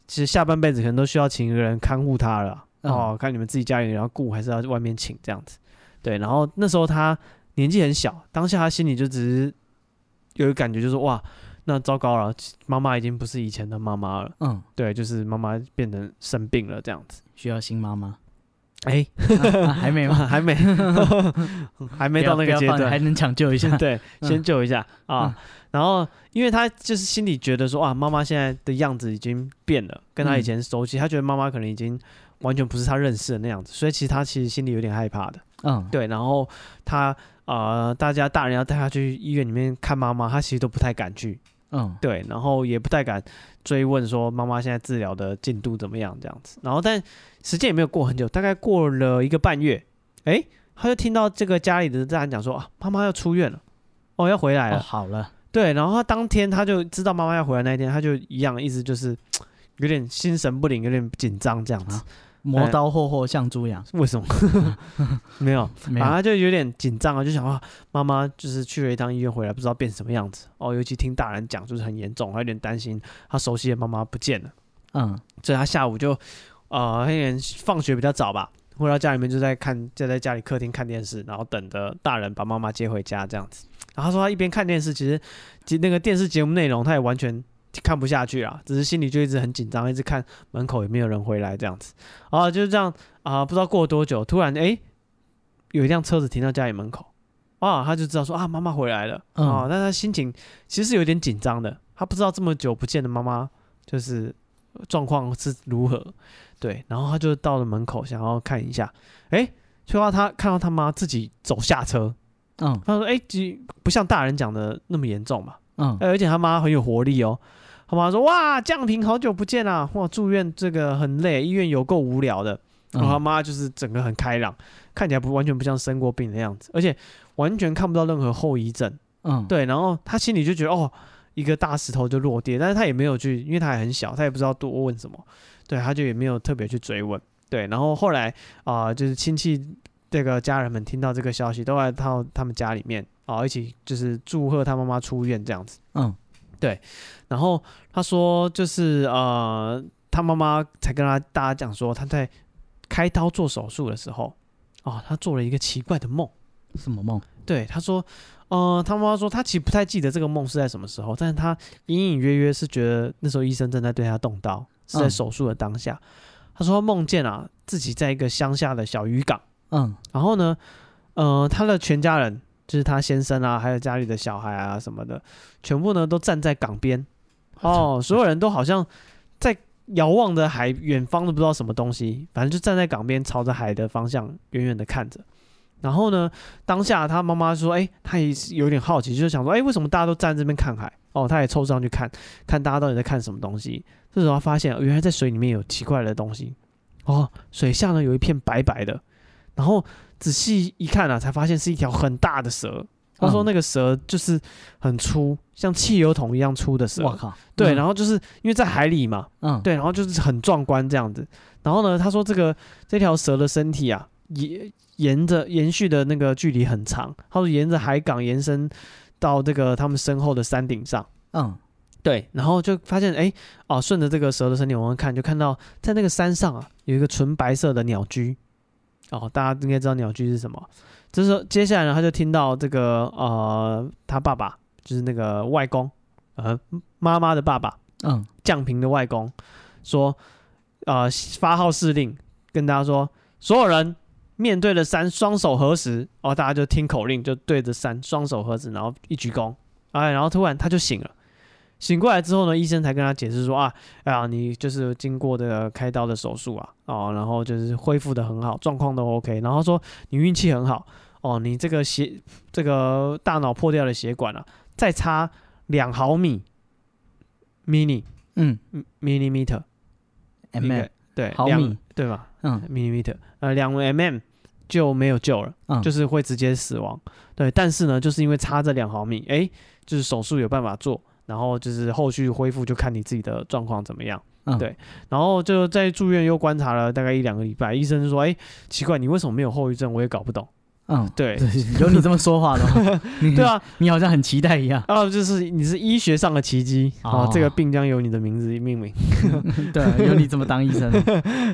其实下半辈子可能都需要请一个人看护他了啊。嗯哦，看你们自己家里人要顾，还是要外面请这样子。对，然后那时候他年纪很小，当下他心里就只是有一个感觉，就是哇，那糟糕了，妈妈已经不是以前的妈妈了。嗯，对，就是妈妈变成生病了这样子。 需要新妈妈。 哎、啊啊还没吗？还没，还 没到那个不要阶不要放段，还能抢救一下。 对，嗯先救一下啊。然后，因为他就是心里觉得说，哇，妈妈现在的样子已经变了，跟他以嗯前熟悉，他觉得妈妈可能已经完全不是他认识的那样子，所以其实他其实心里有点害怕的。嗯，对，然后他啊，呃大家大人要带他去医院里面看妈妈，他其实都不太敢去，嗯，对，然后也不太敢追问说妈妈现在治疗的进度怎么样这样子。然后，但时间也没有过很久，大概过了一个半月，哎，他就听到这个家里的大人讲说啊，妈妈要出院了，哦，要回来了。哦，好了，对，然后他当天他就知道妈妈要回来那一天，他就一样一直就是有点心神不宁，有点紧张这样子。啊磨刀霍霍向猪羊，为什么？ 没有，没反正有，他就有点紧张啊，就想啊，妈妈就是去了一趟医院回来，不知道变什么样子哦。尤其听大人讲，就是很严重，他有点担心他熟悉的妈妈不见了，嗯所以他下午就呃，那天放学比较早吧，回到家里面就在看，就在家里客厅看电视，然后等着大人把妈妈接回家这样子。然后他说他一边看电视，其实其那个电视节目内容他也完全看不下去啊，只是心里就一直很紧张，一直看门口有没有人回来这样子。然后就这样啊、不知道过了多久，突然诶，有一辆车子停到家里门口，啊，他就知道说啊妈妈回来了啊、嗯但他心情其实是有点紧张的，他不知道这么久不见的妈妈就是状况是如何。对，然后他就到了门口，想要看一下，哎，却到他看到他妈自己走下车，嗯他说，哎，其不像大人讲的那么严重嘛，嗯，哎而且他妈很有活力哦，他妈说，哇，降平好久不见啊，哇，住院这个很累，医院有够无聊的，然后他嗯妈就是整个很开朗，看起来不完全不像生过病的样子，而且完全看不到任何后遗症。嗯，对，然后他心里就觉得哦，一个大石头就落地，但是他也没有去，因为他还很小，他也不知道多问什么，对，他就也没有特别去追问，对，然后后来啊、就是亲戚这个家人们听到这个消息，都来到他们家里面啊、一起就是祝贺他妈妈出院这样子，嗯然后他说就是呃，他妈妈才跟他大家讲说他在开刀做手术的时候，哦，他做了一个奇怪的梦。什么梦？对，他说，呃，他妈妈说，他其实不太记得这个梦是在什么时候，但是他隐隐约约是觉得那时候医生正在对他动刀，是在嗯手术的当下。他说他梦见啊自己在一个乡下的小渔港，嗯然后呢，呃，他的全家人，就是他先生啊，还有家里的小孩啊什么的，全部呢都站在港边，哦，所有人都好像在遥望着海远方的不知道什么东西，反正就站在港边，朝着海的方向远远的看着。然后呢，当下他妈妈说：“哎、他也是有点好奇，就是想说，哎、为什么大家都站这边看海？”哦，他也凑上去看看大家到底在看什么东西。这时候他发现，哦原来在水里面有奇怪的东西。哦，水下呢有一片白白的，然后仔细一看啊，才发现是一条很大的蛇。他说嗯那个蛇就是很粗，像汽油桶一样粗的蛇。我靠，啊对，嗯然后就是因为在海里嘛，嗯，对，然后就是很壮观这样子。然后呢，他说这个这条蛇的身体啊，沿沿着延续的那个距离很长，他说沿着海港延伸到这个他们身后的山顶上。嗯对，然后就发现哎，哦，顺着这个蛇的身体往上看，就看到在那个山上啊，有一个纯白色的鸟居。哦，大家应该知道鸟居是什么。这时候接下来呢，他就听到这个呃，他爸爸就是那个外公，呃，妈妈的爸爸，嗯降平的外公说，呃，发号施令，跟大家说，所有人面对着山，双手合十。哦，大家就听口令，就对着山双手合十，然后一鞠躬。哎，然后突然他就醒了。醒过来之后呢，医生才跟他解释说啊，哎呀，你就是经过这个开刀的手术啊，哦，然后就是恢复的很好，状况都 OK。然后说你运气很好哦，你这个血这个大脑破掉的血管啊，再差两毫米，mini 嗯 millimeter， ，M 一个对，毫两米，对吧 嗯？millimeter，呃，两 mm 就没有救了，嗯，就是是会直接死亡。对，但是呢，就是因为差这两毫米，哎，就是手术有办法做，然后就是后续恢复就看你自己的状况怎么样。嗯对然后就在住院又观察了大概一两个礼拜，医生就说，哎，奇怪，你为什么没有后遗症？我也搞不懂。嗯，对， 有你这么说话的吗， 对啊，。你好像很期待一样 啊，就是你是医学上的奇迹啊，哦这个病将由你的名字命名。对，有你这么当 医生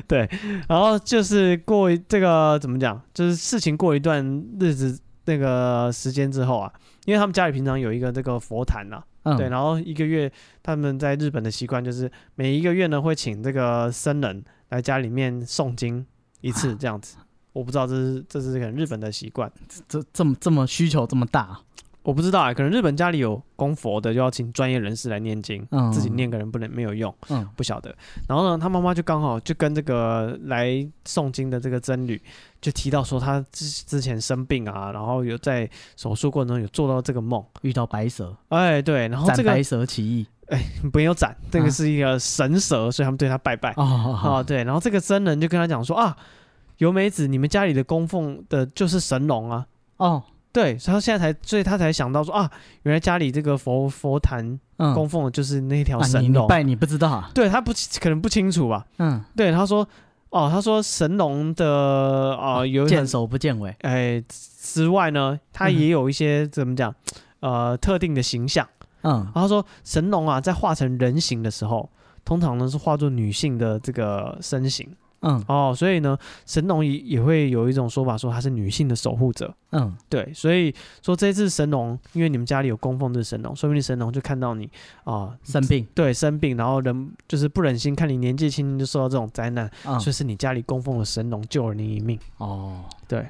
的。然后就是过一这个怎么讲，就是事情过一段日子那个时间之后啊，因为他们家里平常有一个这个佛坛呐、嗯，对，然后一个月他们在啊日本的习惯就是每一个月呢会请这个僧人来家里面诵经一啊次这样子。我不知道这是这是可能日本的习惯，这这么这么需求这么大，我不知道啊、可能日本家里有供佛的，就要请专业人士来念经，嗯自己念可能不能没有用，嗯不晓得。然后呢，他妈妈就刚好就跟这个来诵经的这个僧侣就提到说，他之之前生病啊，然后有在手术过程中有做到这个梦，遇到白蛇，哎，对，然后斩这白个蛇起义 没有斩，这个啊是一个神蛇，所以他们对他拜拜。哦，哦，好对，然后这个僧人就跟他讲说啊，由美子，你们家里的供奉的就是神龙啊。哦，对，所以他现在才，所以他才想到说啊，原来家里这个佛佛坛嗯，供奉的就是那条啊你神你龙。拜你不知道啊，对他不清可能不清楚吧？嗯，对，他说哦，他说神龙的啊、呃有一见很首不见尾，哎之外呢，它也有一些、怎么讲呃特定的形象。嗯，然后他说神龙啊，在化成人形的时候，通常呢是化作女性的这个身形。嗯哦，所以呢，神农也也会有一种说法，说她是女性的守护者。嗯，对，所以说这次神农，因为你们家里有供奉这神农，说不定神农就看到你啊、生病对，生病，然后人就是不忍心看你年纪轻轻就受到这种灾难，啊，所以是你家里供奉的神农救了你一命哦，对，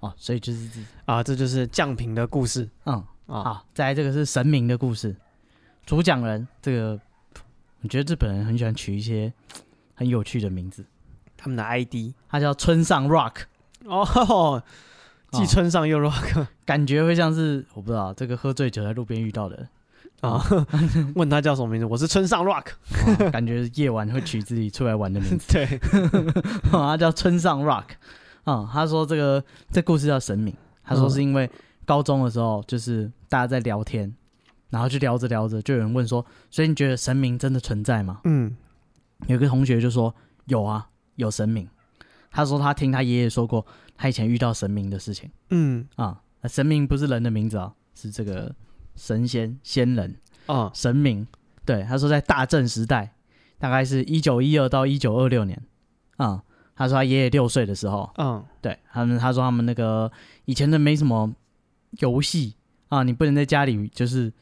哦，所以就是这，啊、这就是降平的故事嗯，啊。好，再来这个是神明的故事，主讲人这个，我觉得日本人很喜欢取一些很有趣的名字，他们的 ID 他叫村上 Rock，哦，季村上又 rock 感觉会像是我不知道这个喝醉酒在路边遇到的人。啊， 问他叫什么名字？我是村上 rock。哇 感觉夜晚会取自己出来玩的名字。 对，他叫村上 Rock 啊、他说这个这故事叫神明，他说是因为高中的时候就是大家在聊天，然后就聊着聊着就有人问说，所以你觉得神明真的存在吗？嗯，有个同学就说有啊，有神明。他说他听他爷爷说过，他以前遇到神明的事情嗯，啊、那神明不是人的名字啊，是这个神仙仙人。啊，神明。对，他说在大正时代，大概是一九一二到一九二六年，啊、他说他爷爷六岁的时候，嗯，对他们，他说他们那个以前的没什么游戏啊，你不能在家里就是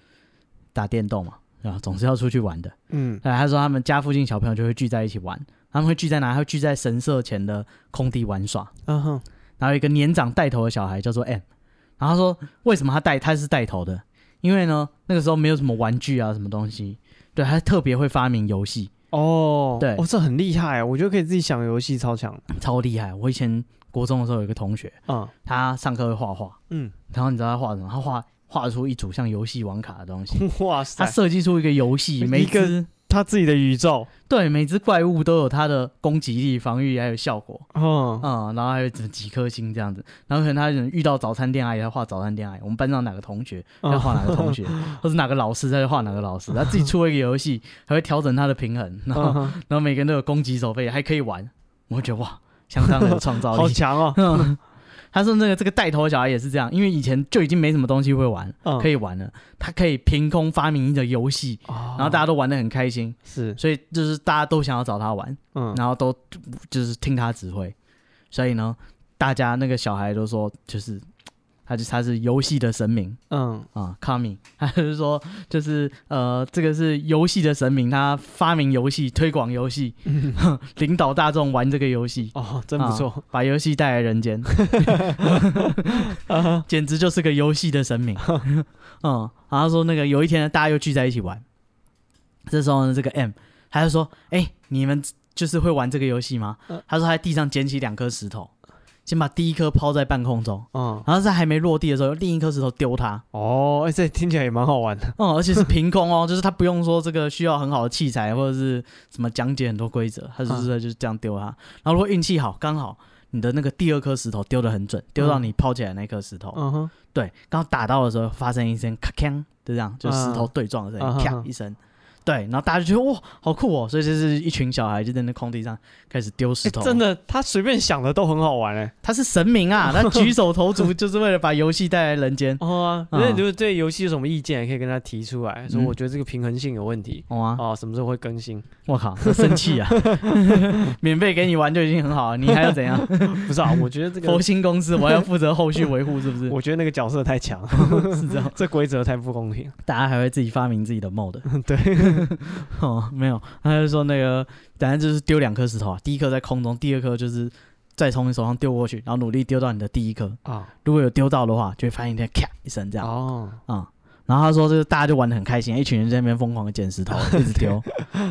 打电动嘛，啊，总是要出去玩的。嗯，对，他说他们家附近小朋友就会聚在一起玩，他们会聚在哪？他会聚在神社前的空地玩耍。嗯哼，然后一个年长带头的小孩叫做 M，然后他说为什么他带他是带头的？因为呢那个时候没有什么玩具啊什么东西，对他特别会发明游戏，哦，对哦，这很厉害，我觉得可以自己想游戏，超强超厉害。我以前国中的时候有一个同学，啊，他上课会画画，嗯，然后你知道他画什么？他画画出一组像游戏王卡的东西， 哇他塞，设计出一个游戏，一每个只他自己的宇宙，对每只怪物都有它的攻击力、防御还有效果。嗯，嗯，然后还有几几颗星这样子，然后可能他人遇到早餐店阿姨，他画早餐店阿姨；我们班上哪个同学，嗯他就画哪个 同学，或是哪个老师，他就画哪个老师。他自己出了一个游戏，还会调整他的平衡，然后、嗯然后每个人都有攻击手背，还可以玩。我会觉得哇，相当的有创造好力。强哦， 嗯他说那个这个带头小孩也是这样，因为以前就已经没什么东西会玩，嗯可，以玩了，他可以凭空发明一个游戏，然然后大家都玩的很开心，哦是，所以就是大家都想要找他玩。嗯，然后都就是听他指挥，所以呢，大家那个小孩都说，就是他就他是游戏的神明嗯，啊，Kami，他 就是说，就是呃，这个是游戏的神明，他发明游戏、推广游戏、 领导大众玩这个游戏，哦，真不错，啊把游戏带来 人间，简直就是个游戏的神 明。嗯，然后他说那个有一天呢大家又聚在一起玩，这时候呢，这个 M 他就说：“哎、你们就是会玩这个游戏吗？”嗯他说他在地上捡起两颗石头，先把第一颗抛在半空中，嗯，然后在还没落地的时候，另一颗石头丢他。哦，哎，这听起来也蛮好玩 的，嗯，而且是凭空哦，就是他不用说这个需要很好的器材或者是什么讲解很多规则，他嗯就是在就是这样丢它。然后如果运气好，刚好你的那个第二颗石头丢得很准，丢到你抛起来那颗石头，嗯哼，对，刚好打到的时候发生一声咔锵，就这样，就石头对撞的声嗯音，嗯咔一声。对，然后大家就觉得哇，好酷哦！所以就是一群小孩就在那空地上开始丢石哎头。真，的，他随便想的都很好玩哎，他是神 明啊，他举手投足就是为了把游戏带来人间。哦啊，嗯那你如果对游戏有什么意见，也可以跟他提出来，说嗯我觉得这个平衡性有问题。哇、啊，哦，什么时候会更新？我靠，这生气啊！ 免费给你玩就已经很好了，你还 要怎样？不是啊，我觉得 这个佛，心公司，我要负责后续维护，是不是？我觉得那个角色太强， 是这样，这规则太不公平。大家还会自己发明自己的 mod。 对，哦，没有，他就说那个，反正就是丢两颗石头啊，第一颗在空中，第二颗就是再从你手上丢过去，然后努力丢到你的第一颗。啊，如果有丢到的话，就会发现它咔一声这样啊、哦，然后他说，就是大家就玩的很开心，一群人在那边疯狂的 捡石头，一直丢，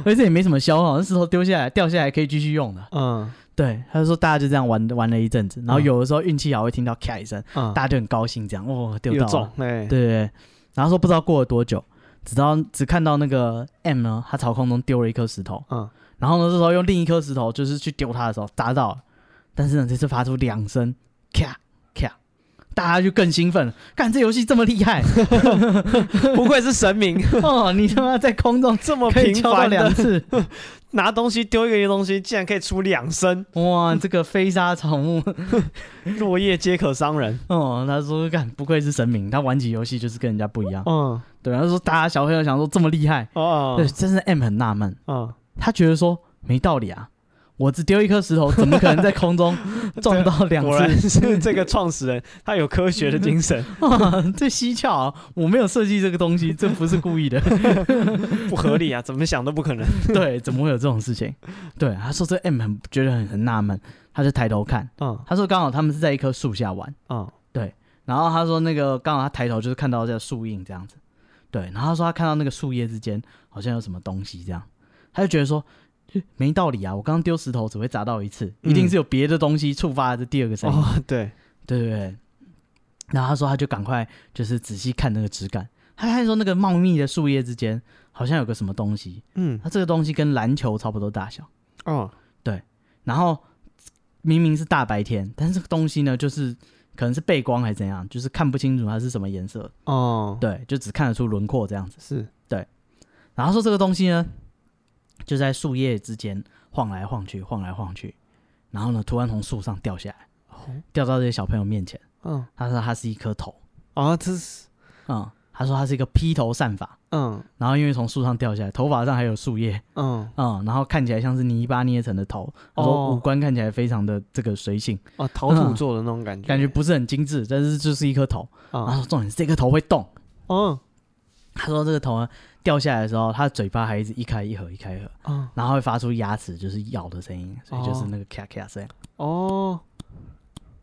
而且也没什么消耗，那石头丢下来掉下来可以继续用的。嗯对，他就说大家就这样玩玩了一阵子，然后有的时候运气好会听到咔一声，嗯，大家就很高兴，这样哦丢有到中了，，哎，对对对。然后说不知道过了多久，直到只看到那个 M 呢，他朝空中丢了一颗石头，嗯，然后呢，这时候用另一颗石头就是去丢它的时候砸到了，但是呢，这次发出两声咔咔，大家就更兴奋了，看这游戏这么厉 害不愧是神 明，哦！你他妈在空中这么可以频敲到繁两的次，拿东西丢一个东西，竟然可以出两 声，哇！这个飞沙草木落叶皆可伤人，哦，他说干不愧是神明，他玩起游戏就是跟人家不一样。嗯对，他说大家小朋友想说这么厉害，哦，对，真是 M 很纳闷，嗯，他觉得说没道理啊，我只丢一颗石头，怎么可能在空 中撞到两果然次？是这个创始人，他有科学的精 神，哇这蹊跷、啊，我没有设计这个东西，这不是故意 的。不合理啊，怎么想都不可能。对，怎么会有这种事情？对，他说这 M 很觉得很很纳闷，他就抬头看，嗯他说刚好他们是在一棵树下玩，嗯然后他说那个刚好他抬头就是看到这个树荫这样子，对，然后他说他看到那个树叶之间好像有什么东西这样，他就觉得说。没道理啊！我刚刚丢石头只会砸到一次，一定是有别的东西触发了这第二个声音。哦，对，对对对。然后他说，他就赶快就是仔细看那个质感。他看说那个茂密的树叶之间好像有个什么东西，嗯它这个东西跟篮球差不多大小。哦然后明明是大白天，但是这个东西呢，就是可能是背光还是怎样，就是看不清楚它是什么颜色。哦，对，就只看得出轮廓这样子。是，然后说这个东西呢，就在树叶之间晃来晃去，晃来晃去。然后呢，突然从树上掉下来，哦掉到这些小朋友面前。嗯他说它是一颗头。啊，这是嗯，他说他是一个披头散发，嗯然后因为从树上掉下来，头发上还有树叶，嗯嗯，然后看起来像是泥巴捏成的头，他说哦五官看起来非常的这个随性，哦，陶土做的那种感觉，感觉不是很精致，但是就是一颗头。然后啊，他说重点是这颗头会动，嗯他说这个头呢掉下来的时候，他的嘴巴还一直一开一合一开一合，啊然后会发出牙齿就是咬的声音，所以就是那个咔咔声。哦，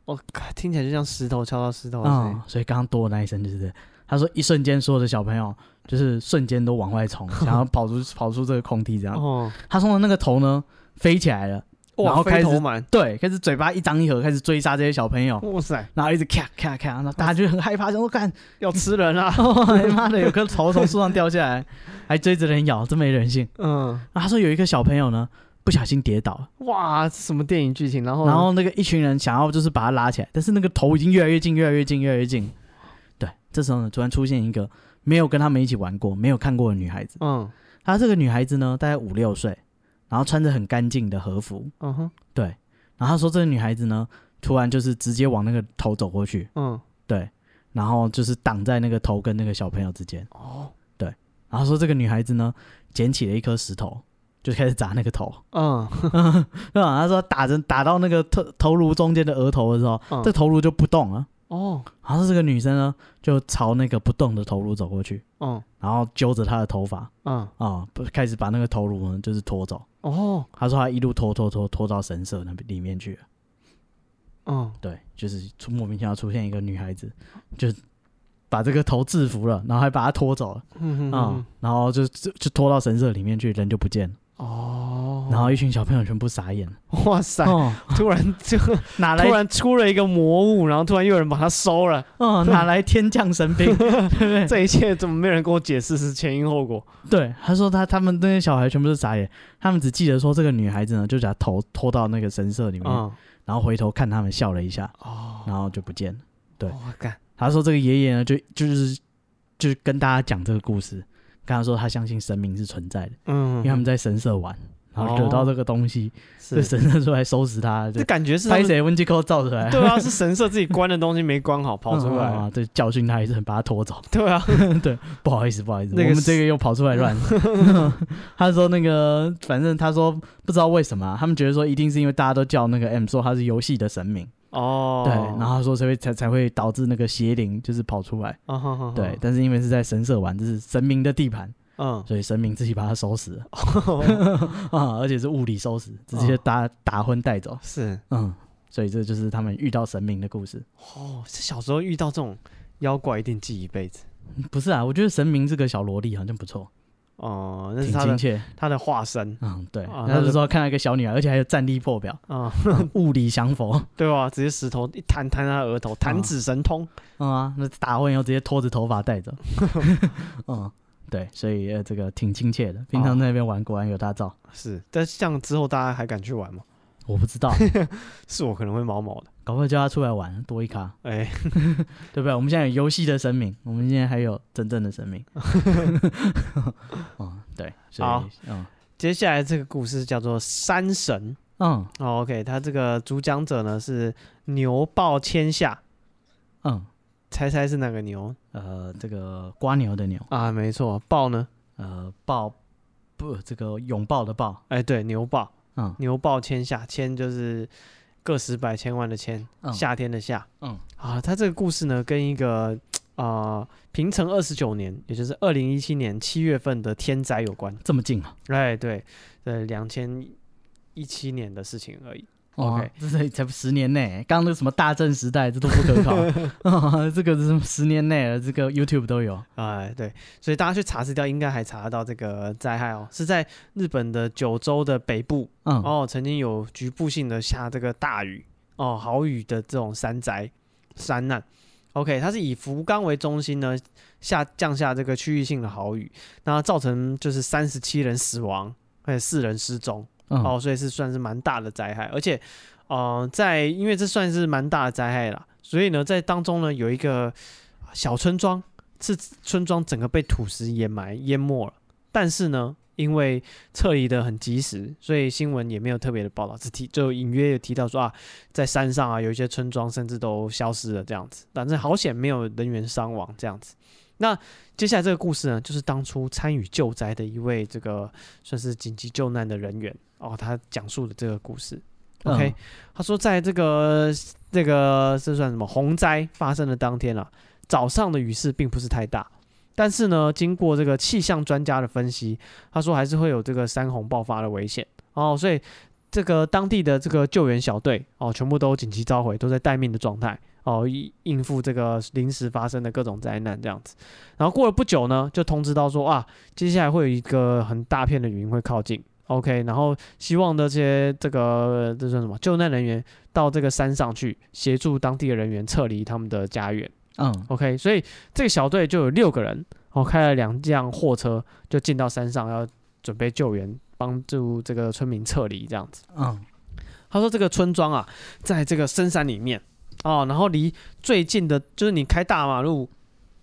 我靠，听起来就像石头敲到石头的声音嗯，所以刚刚多的那一声就是，他说一瞬间所有的小朋友就是瞬间都往外 冲，想要跑出跑出这个空地这样。哦，他送的那个头呢飞起来了，哇然后飞开始头满，对，开始嘴巴一张一合，开始追杀这些小朋友，哇塞，然后一直咔咔咔，然后大家就很害怕，想说 干，要吃人啦，他妈的有颗头从树上掉下来，还追着人咬，真没人性。嗯，然后他说有一个小朋友呢不小心跌倒了，哇，这什么电影剧情？然后呢然后那个一群人想要就是把他拉起来，但是那个头已经越来越近，越来越近，越来越近。对，这时候呢突然出现一个没有跟他们一起玩过、没有看过的女孩子，嗯她这个女孩子呢大概五六岁，然后穿着很干净的和服，嗯哼对，然后他说这个女孩子呢，突然就是直接往那个头走过去，嗯对，然后就是挡在那个头跟那个小朋友之间。哦然后说这个女孩子呢，捡起了一颗石头，就开始砸那个头。嗯对吧？他说打着打到那个头头颅中间的额头的时候，嗯这头颅就不动了。哦然后这个女生呢，就朝那个不动的头颅走过去，嗯然后揪着她的头发嗯啊、不开始把那个头颅呢就是拖走。哦他说他一路拖拖拖拖到神社那边里面去了。嗯对，就是出莫名其妙出现一个女孩子，就把这个头制服了，然后还把她拖走了嗯嗯啊、嗯然后就就就拖到神社里面去，人就不见了，哦，然后一群小朋友全部傻眼了，哇塞，哦，突然就哪来突然出了一个魔物，然后突然又有人把它收 了，哦哪来天降神兵，对不对？这一切怎么没有人跟我解释是前因后果？对，他说他他们那些小孩全部是傻眼，他们只记得说这个女孩子呢就把头拖到那个神社里面，嗯然后回头看他们笑了一下，哦，然后就不见了。对我干，他说这个爷爷呢就就是就是跟大家讲这个故事，跟他说他相信神明是存在的。嗯，哦因为他们在神社玩，然后惹到这个东西，这是神社出来收拾他，就这感觉是他拍们谁温吉扣造出来，对啊，是神社自己关的东西没关好跑出嗯嗯嗯来，嗯对，教训他一顿，把他拖走。对啊，不好意思，不好意思，那个我们是这个又跑出来乱。 他说那个，反正他说不知道为什么啊、他们觉得说一定是因为大家都叫那个 M 说他是游戏的神明，哦，对，然后他说才会才才会导致那个邪灵就是跑出来，啊哈哈哈对，，但是因为是在神社玩，这是神明的地盘，嗯，所以神明自己把他收拾了 啊、而且是物理收拾，直接哦打打昏带走。是嗯，所以这就是他们遇到神明的故事。哦，是小时候遇到这种妖怪一定记一辈子。不是啊，我觉得神明这个小萝莉好像不错，哦、那挺是他亲的切。他的化身嗯，对，啊他那就就说看到一个小女孩，而且还有战力破表，啊、物理降佛。对吧、直接石头一弹弹他的额头，弹指神通。 嗯啊，那打完以后直接拖着头发带走。 嗯， 对，所以呃，这个挺亲切的。平常在那边玩，果然有大招。是，但是这样之后大家还敢去玩吗？ 我不知道，是我可能会毛毛的。 搞不好叫他出来玩，多一卡，哎、对不对？我们现在有游戏的神明，我们现在还有真正的神 明。嗯，对，所好以嗯接下来这个故事叫做山神。嗯哦，OK，他这个主讲者呢是牛报天下，嗯，猜猜是哪个牛呃，这个瓜牛的牛，啊？没错，豹呢？呃，抱不这个拥抱的抱，哎、对，牛豹，嗯牛豹天下，千就是个十百千万的千，嗯夏天的夏。嗯啊，他这个故事呢，跟一个啊、呃平成二十九年，也就是二零一七年七月份的天灾有关。这么近啊。哎，对，呃，两千一七年的事情而已。哦 OK 这才才十年内，刚刚那个什么大正时代，这都不 可靠。哦这个是十年内了，这个 YouTube 都有。哎，对，所以大家去查资料，应该还查得到这个灾害哦，是在日本的九州的北部嗯，哦，曾经有局部性的下这个大雨哦，豪雨的这种山灾、山难。OK，它是以福冈为中心呢，下降下这个区域性的豪雨，那造成就是三十七人死亡，而且四人失踪。嗯哦，所以是算是蛮大的灾害，而且，呃，在因为这算是蛮大的灾害啦，所以呢，在当中呢有一个小村庄，是村庄整个被土石掩埋淹没了，但是呢，因为撤离的很及时，所以新闻也没有特别的报道，只提就隐约有提到说啊，在山上啊有一些村庄甚至都消失了这样子，反正好险没有人员伤亡这样子。那接下来这个故事呢，就是当初参与救灾的一位这个算是紧急救难的人员哦，他讲述的这个故事。嗯 OK，、他说在这个这个这算什么洪灾发生的当天啊，早上的雨势并不是太大，但是呢，经过这个气象专家的分析，他说还是会有这个山洪爆发的危险哦，所以这个当地的这个救援小队哦，全部都紧急召回，都在待命的状态哦，以应付这个临时发生的各种灾难这样子。然后过了不久呢，就通知到说啊，接下来会有一个很大片的云会靠近。OK，然后希望这些这个这算什么救难人员到这个山上去协助当地的人员撤离他们的家园。嗯 OK，所以这个小队就有六个人，哦，开了两辆货车就进到山上，要准备救援，帮助这个村民撤离这样子。嗯他说这个村庄啊，在这个深山里面哦，然后离最近的就是你开大马路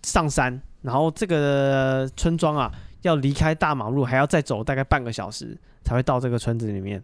上山，然后这个村庄啊，要离开大马路还要再走大概半个小时才会到这个村子里面。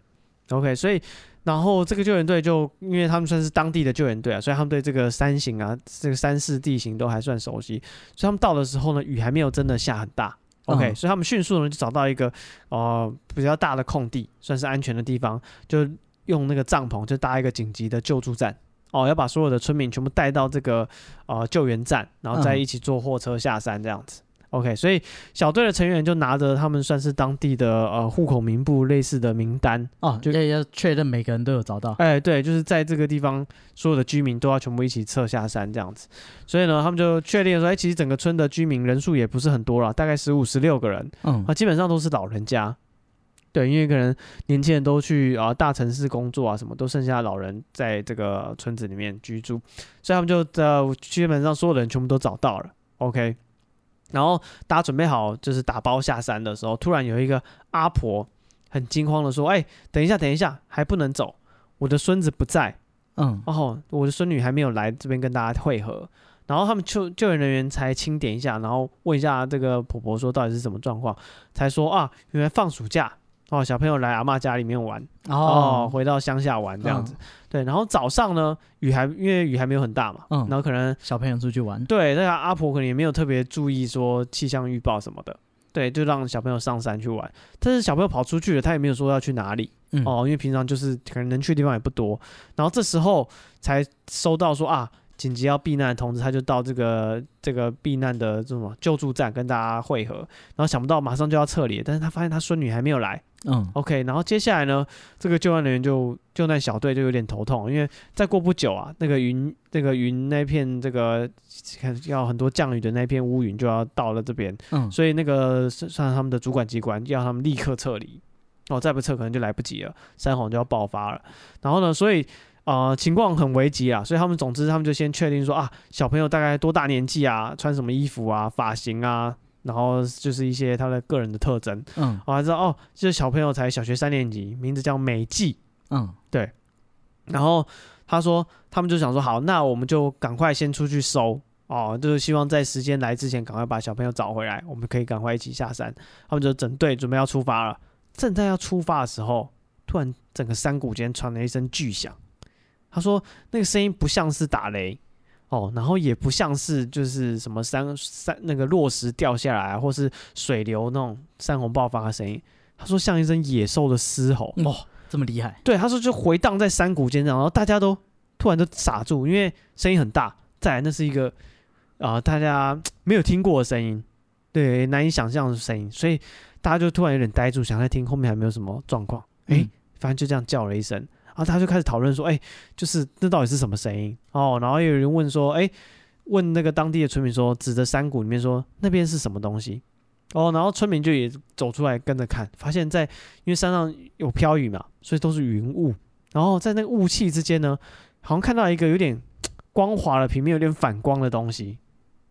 OK，所以然后这个救援队就因为他们算是当地的救援队啊，所以他们对这个山形啊、这个山势地形都还算熟悉，所以他们到的时候呢，雨还没有真的下很大。OK，、嗯所以他们迅速呢就找到一个呃比较大的空地，算是安全的地方，就用那个帐篷就搭一个紧急的救助站哦，要把所有的村民全部带到这个呃救援站，然后再嗯一起坐货车下山这样子。OK，所以小队的成员就拿着他们算是当地的呃户口名簿类似的名单，哦，就要要确认每个人都有找到。哎，对，就是在这个地方，所有的居民都要全部一起撤下山这样子。所以呢，他们就确定说，哎，其实整个村的居民人数也不是很多了，大概十五、十六个人嗯啊，基本上都是老人家。对，因为可能年轻人都去啊、大城市工作啊，什么都剩下老人在这个村子里面居住，所以他们就呃基本上所有人全部都找到了，OK。然后大家准备好就是打包下山的时候，突然有一个阿婆很惊慌的说：“哎、等一下，等一下，还不能走，我的孙子不在嗯哦，我的孙女还没有来这边跟大家会合。”然后他们救救援人员才清点一下，然后问一下这个婆婆说到底是什么状况，才说啊，原来放暑假哦，小朋友来阿嬷家里面玩哦，哦，嗯回到乡下玩这样子。对，然后早上呢，雨还因为雨还没有很大嘛，嗯然后可能小朋友出去玩。对，那个阿婆可能也没有特别注意说气象预报什么的，对，就让小朋友上山去玩。但是小朋友跑出去了，他也没有说要去哪里、嗯哦，因为平常就是可能能去的地方也不多。然后这时候才收到说啊，紧急要避难的同志，他就到这个这个避难的这种什么救助站跟大家会合，然后想不到马上就要撤离，但是他发现他孙女还没有来。嗯 OK，然后接下来呢，这个救援人员就救难小队就有点头痛，因为再过不久啊，那个云那个云那片这个看要很多降雨的那片乌云就要到了这边，嗯所以那个是算他们的主管机关要他们立刻撤离，哦，再不撤可能就来不及了，山洪就要爆发了。然后呢，所以呃情况很危急啊，所以他们总之他们就先确定说啊，小朋友大概多大年纪啊，穿什么衣服啊，发型啊，然后就是一些他的个人的特征。嗯我、哦、还知道哦，这小朋友才小学三年级，名字叫美纪。嗯然后他说，他们就想说，好，那我们就赶快先出去搜哦，就是希望在时间来之前，赶快把小朋友找回来，我们可以赶快一起下山。他们就整队准备要出发了。正在要出发的时候，突然整个山谷间传来一声巨响。他说，那个声音不像是打雷哦，然后也不像是就是什么山山那个落石掉下来啊，或是水流那种山洪爆发的声音。他说像一声野兽的嘶吼。哦，这么厉害，对，他说就回荡在山谷间，然后大家都突然都傻住，因为声音很大。再来，那是一个啊、呃大家没有听过的声音，对，难以想象的声音，所以大家就突然有点呆住，想再听后面还没有什么状况。哎、嗯反正就这样叫了一声，然后大家就开始讨论说，哎、就是那到底是什么声音？哦，然后又有人问说，哎、问那个当地的村民说，指着山谷里面说那边是什么东西？哦，然后村民就也走出来跟着看，发现在因为山上有飘雨嘛，所以都是云雾，然后在那个雾气之间呢，好像看到一个有点光滑的平面，有点反光的东西。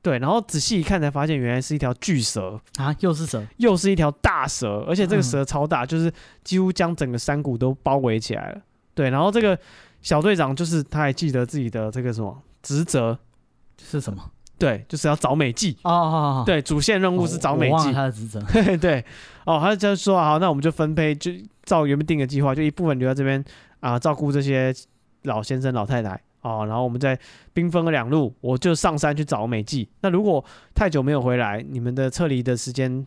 对，然后仔细一看才发现，原来是一条巨蛇。啊，又是蛇，又是一条大蛇，而且这个嗯蛇超大，就是几乎将整个山谷都包围起来了。对，然后这个小队长就是他还记得自己的这个什么职责，是什么？对，就是要找美纪。哦哦，哦，对，主线任哦务是找我美忘了纪。他的职 责，对，哦，他就说好，那我们就分配，就照原本定的计划，就一部分留在这边啊、照顾这些老先生老太太哦，然后我们再兵分了两路，我就上山去找美纪。那如果太久没有回来，你们的撤离的时间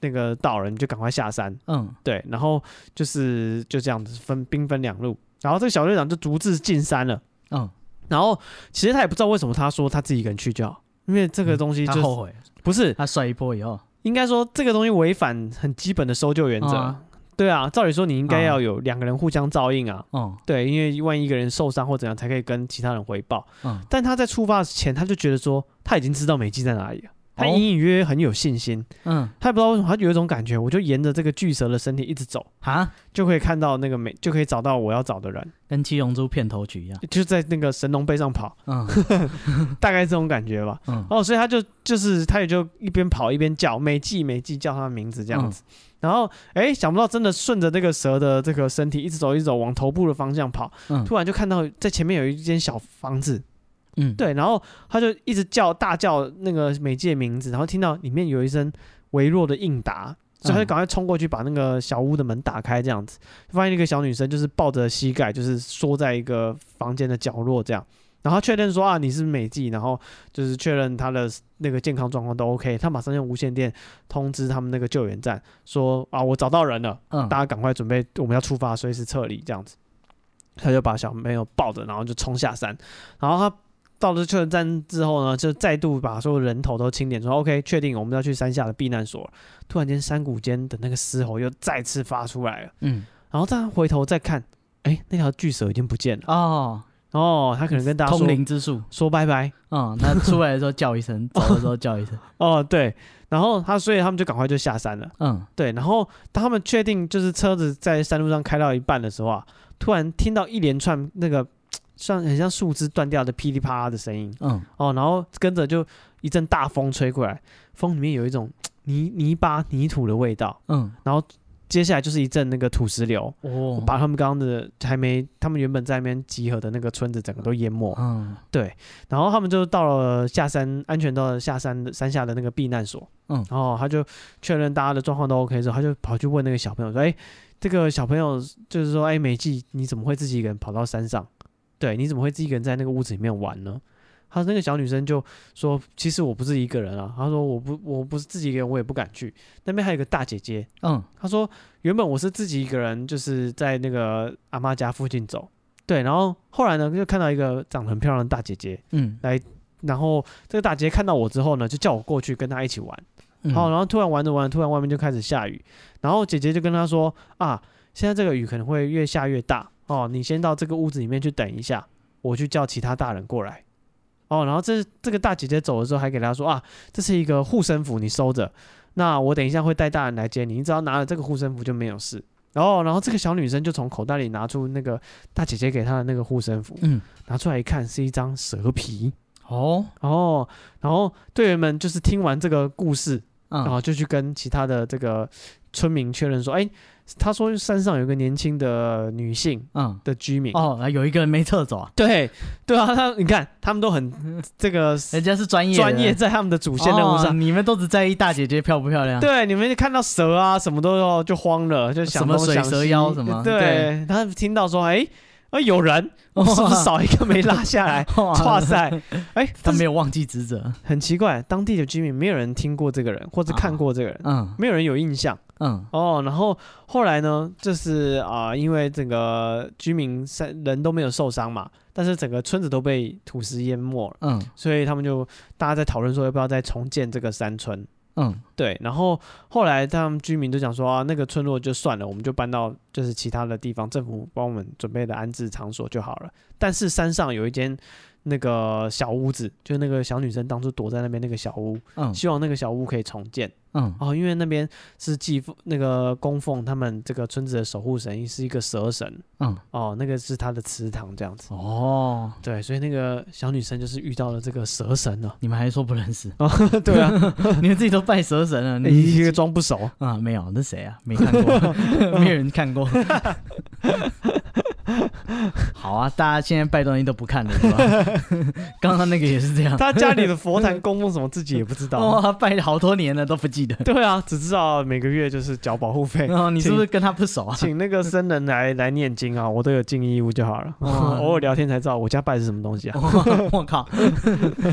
那个到了，你就赶快下山。嗯对，然后就是就这样子分兵分两路，然后这个小队长就独自进山了。嗯，然后其实他也不知道为什么他说他自己一个人去就好，因为这个东西嗯他就是后悔，不是他摔一波以后，应该说这个东西违反很基本的搜救原则。啊对啊，照理说你应该要有两个人互相照应啊。嗯对，因为万一一个人受伤或怎样，才可以跟其他人回报。嗯但他在出发前，他就觉得说他已经知道美纪在哪里了，他哦隐隐约约很有信心。嗯，他也不知道为什么，他有一种感觉，我就沿着这个巨蛇的身体一直走，啊，就可以看到那个美，就可以找到我要找的人，跟七龙珠片头曲一样，就在那个神龙背上跑，嗯大概这种感觉吧。嗯哦，所以他就就是他也就一边跑一边叫美纪美纪叫他的名字这样子，然后哎想不到真的顺着那个蛇的这个身体一直走一直走往头部的方向跑， 嗯突然就看到在前面有一间小房子，嗯，对，然后他就一直叫大叫那个美纪的名字，然后听到里面有一声微弱的应答，所以他就嗯赶快冲过去把那个小屋的门打开，这样子发现一个小女生就是抱着膝盖，就是缩在一个房间的角落这样。然后他确认说啊你是美纪，然后就是确认她的那个健康状况都 OK，他马上用无线电通知他们那个救援站说啊我找到人了，嗯大家赶快准备，我们要出发，随时撤离这样子。他就把小朋友抱着，然后就冲下山。然后他到了确认站之后呢，就再度把所有人头都清点说 OK，确定我们要去山下的避难所了。突然间，山谷间的那个嘶吼又再次发出来了。嗯然后再回头再看，哎，那条巨蛇已经不见了。哦，哦，他可能跟大家说通灵之术，说拜拜。嗯，他出来的时候叫一声，走的时候叫一声，哦，对。然后他，所以他们就赶快就下山了。 嗯对，然后当他们确定就是车子在山路上开到一半的时候啊，突然听到一连串那个像很像树枝断掉的噼里啪啦的声音嗯哦，然后跟着就一阵大风吹过来，风里面有一种泥泥巴泥土的味道，嗯，接下来就是一阵那个土石流，哦把他们刚刚的还没他们原本在那边集合的那个村子整个都淹没，嗯然后他们就到了下山，安全到了下山的山下的那个避难所。嗯然后他就确认大家的状况都 OK 之后，他就跑去问那个小朋友说：“哎，这个小朋友就是说，哎，美纪，你怎么会自己一个人跑到山上？对，你怎么会自己一个人在那个屋子里面玩呢？”他那个小女生就说：“其实我不是一个人啊。”她说：“我不，我不是自己一个人，我也不敢去。那边还有一个大姐姐。嗯她说原本我是自己一个人，就是在那个阿妈家附近走。对，然后后来呢，就看到一个长得很漂亮的大姐姐，嗯，然后这个大姐姐看到我之后呢，就叫我过去跟她一起玩。嗯好，然后突然玩着玩着，突然外面就开始下雨，然后姐姐就跟他说啊，现在这个雨可能会越下越大哦，你先到这个屋子里面去等一下，我去叫其他大人过来。哦，然后这这个大姐姐走的时候还给他说啊，这是一个护身符，你收着。那我等一下会带大人来接你，你只要拿了这个护身符就没有事。然后，然后这个小女生就从口袋里拿出那个大姐姐给她的那个护身符，嗯，拿出来一看是一张蛇皮。哦，哦，然后队员们就是听完这个故事，嗯，然后就去跟其他的这个村民确认说，哎、他说山上有个年轻的女性嗯，的居民。哦，有一个人没撤走啊，对，对啊，他你看，他们都 很这个人家是专业的专业，在他们的主线任务哦上。你们都只在意大姐姐漂不漂亮，， 对，你们看到蛇啊，什么都要就慌了，就想什么东水想蛇西腰什么对对，他听到说，哎、哎有 人，我是不是少一个没拉下来？哇塞，哎、他但是没有忘记职责，很奇怪，当地的居民没有人听过这个人，或者看啊过这个人，嗯没有人有印象。嗯哦，然后后来呢，就是啊、因为整个居民三人都没有受伤嘛，但是整个村子都被土石淹没了，嗯所以他们就大家在讨论说要不要再重建这个山村。嗯对，然后后来他们居民就讲说啊，那个村落就算了，我们就搬到就是其他的地方，政府帮我们准备的安置场所就好了。但是山上有一间那个小屋子，就那个小女生当初躲在那边那个小屋，嗯希望那个小屋可以重建。嗯，哦，因为那边是祭奉那个供奉他们这个村子的守护神，是一个蛇神。嗯，哦，那个是他的祠堂这样子。哦，。对，所以那个小女生就是遇到了这个蛇神 了你们还说不认 识，哦，对啊，你们自己都拜蛇神了，你一个装不熟。啊没有，那谁啊？没 看过，没有人看过。 好啊，大家现在拜东西都不看了，是吧？ 刚刚那个也是这样，他家里的佛坛供奉什么，自己也不知道。哇，拜了好多年了都不记得。 对啊，只知道每个月就是缴保护费然，后你是不是跟他不熟啊？请那个僧人来来念经啊，我都有尽义务就好了。哇 偶尔聊天才知道我家拜的是什么东西啊。 我靠，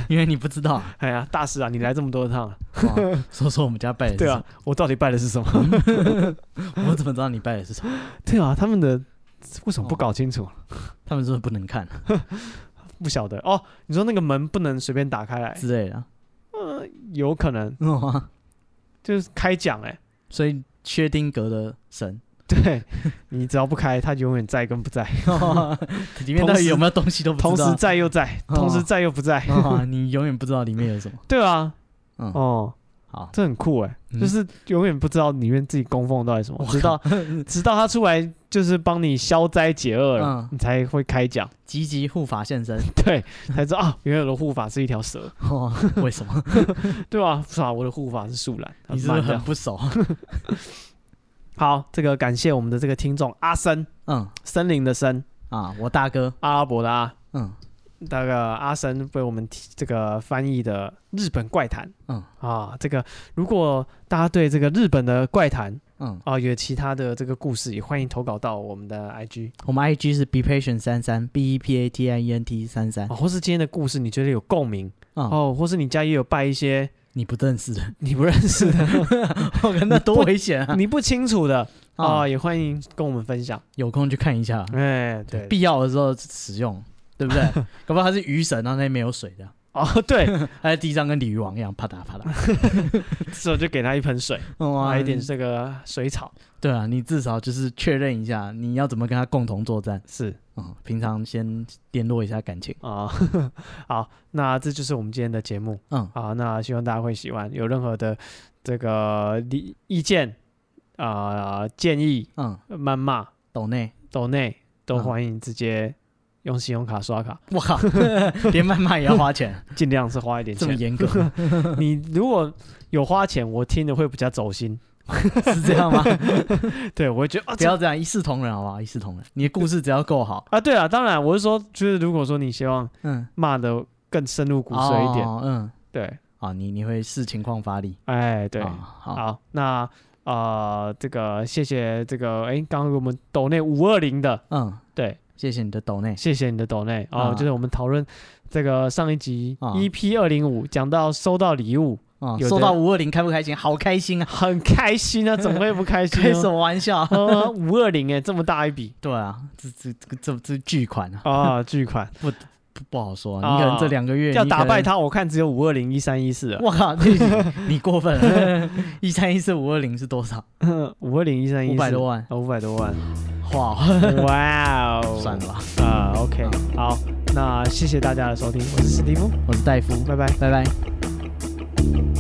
因为你不知道啊，哎呀，大师啊，你来这么多趟了，哇说说我们家拜的是对什啊么，，我到底拜的是什么？我怎么知道你拜的是什么？对啊，他们的为什么不哦搞清楚？他们是不是不能看啊不晓得哦。你说那个门不能随便打开来，之类的？有可能哇，就是开奖哎、所以薛丁格的 神对你只要不开，它永远在跟不在，里面到底有没有东西都不同知时道。在又在，哦同时在又不在。啊，你永远不知道里面有 什么。对啊，嗯，哦，好，这很酷哎、嗯就是永远不知道里面自己供奉到底什么我，靠直 到直到他出来就是帮你消灾解厄了，嗯你才会开奖，积极护法现身。 对，才知道啊，原来我的护法是一条蛇， 哦， 为什么？对吧、啊？是吧？我的护法是树懒，你是不慢是这很样不熟？好，这个感谢我们的这个听众阿森， 嗯森林的森，啊，我大哥。阿拉伯的阿。嗯那个阿神为我们提这个翻译的《日本怪谈》。嗯啊，这个如果大家对这个日本的怪谈嗯，啊有其他的这个故事，也欢迎投稿到我们的 IG 我们 IG 是 be patient 三三 b e p a t i e n t 三三啊，。或是今天的故事你觉得有共鸣哦，哦，或是你家也有拜一些 你不认识的，你不认识的、 我靠，那多危险啊！你不清楚的啊啊，，也欢迎跟我们分享。有空去看一下，哎，对，嗯必要的时候使用，对不 对？搞不好他是鱼神，然后那边没有水的， 哦，对，他在地上跟鲤鱼王一样啪嗒啪嗒。所以我就给他一盆水， 哇嗯来一点这个水草，对啊，你至少就是确认一下你要怎么跟他共同作战。是嗯，平常先联络一下感情。啊， 好，那这就是我们今天的节目。嗯，好，那希望大家会喜欢。有任何的这个意意见啊、呃建议、嗯，谩骂、抖内，抖内，都嗯欢迎直接用信用卡刷卡，我 靠，连谩骂也要花钱，尽量是花一点这么钱。严格，你如果有花钱，我听的会比较走心，是这 样吗？对我会觉得啊，不这要这样，一视同仁好不好？一视同仁，你的故事只要够好，啊，对了，当然我是说，就是如果说你希望嗯，骂的更深入骨髓一点，哦嗯，对，啊，你你会视情况发力，哎，对，啊好，好，那。啊、这个谢谢这个，哎，刚刚给我们抖内五二零的，嗯，对，谢谢你的抖内，谢谢你的抖内哦，啊就是我们讨论这个上一集 E 啊 EP 二零五讲到收到礼物啊、有收的到五二零开不开心？好开心啊！很开 心啊，怎么会不开心开什呢？么玩笑 啊？呃，五二零哎，这么大一笔对啊，这这这这这巨款啊，啊，巨款不不好说、啊你可能这两个月要打败 他，他，我看只有五二零一三一四，啊我靠，你你过分了！ 一三一四五二零是多少？ 五二零一三一五百多万，哦，五百多 万，哇，哇哦，算了吧。啊，OK，好，那谢谢大家的收听，我是史蒂夫，我是戴夫，拜拜。拜拜。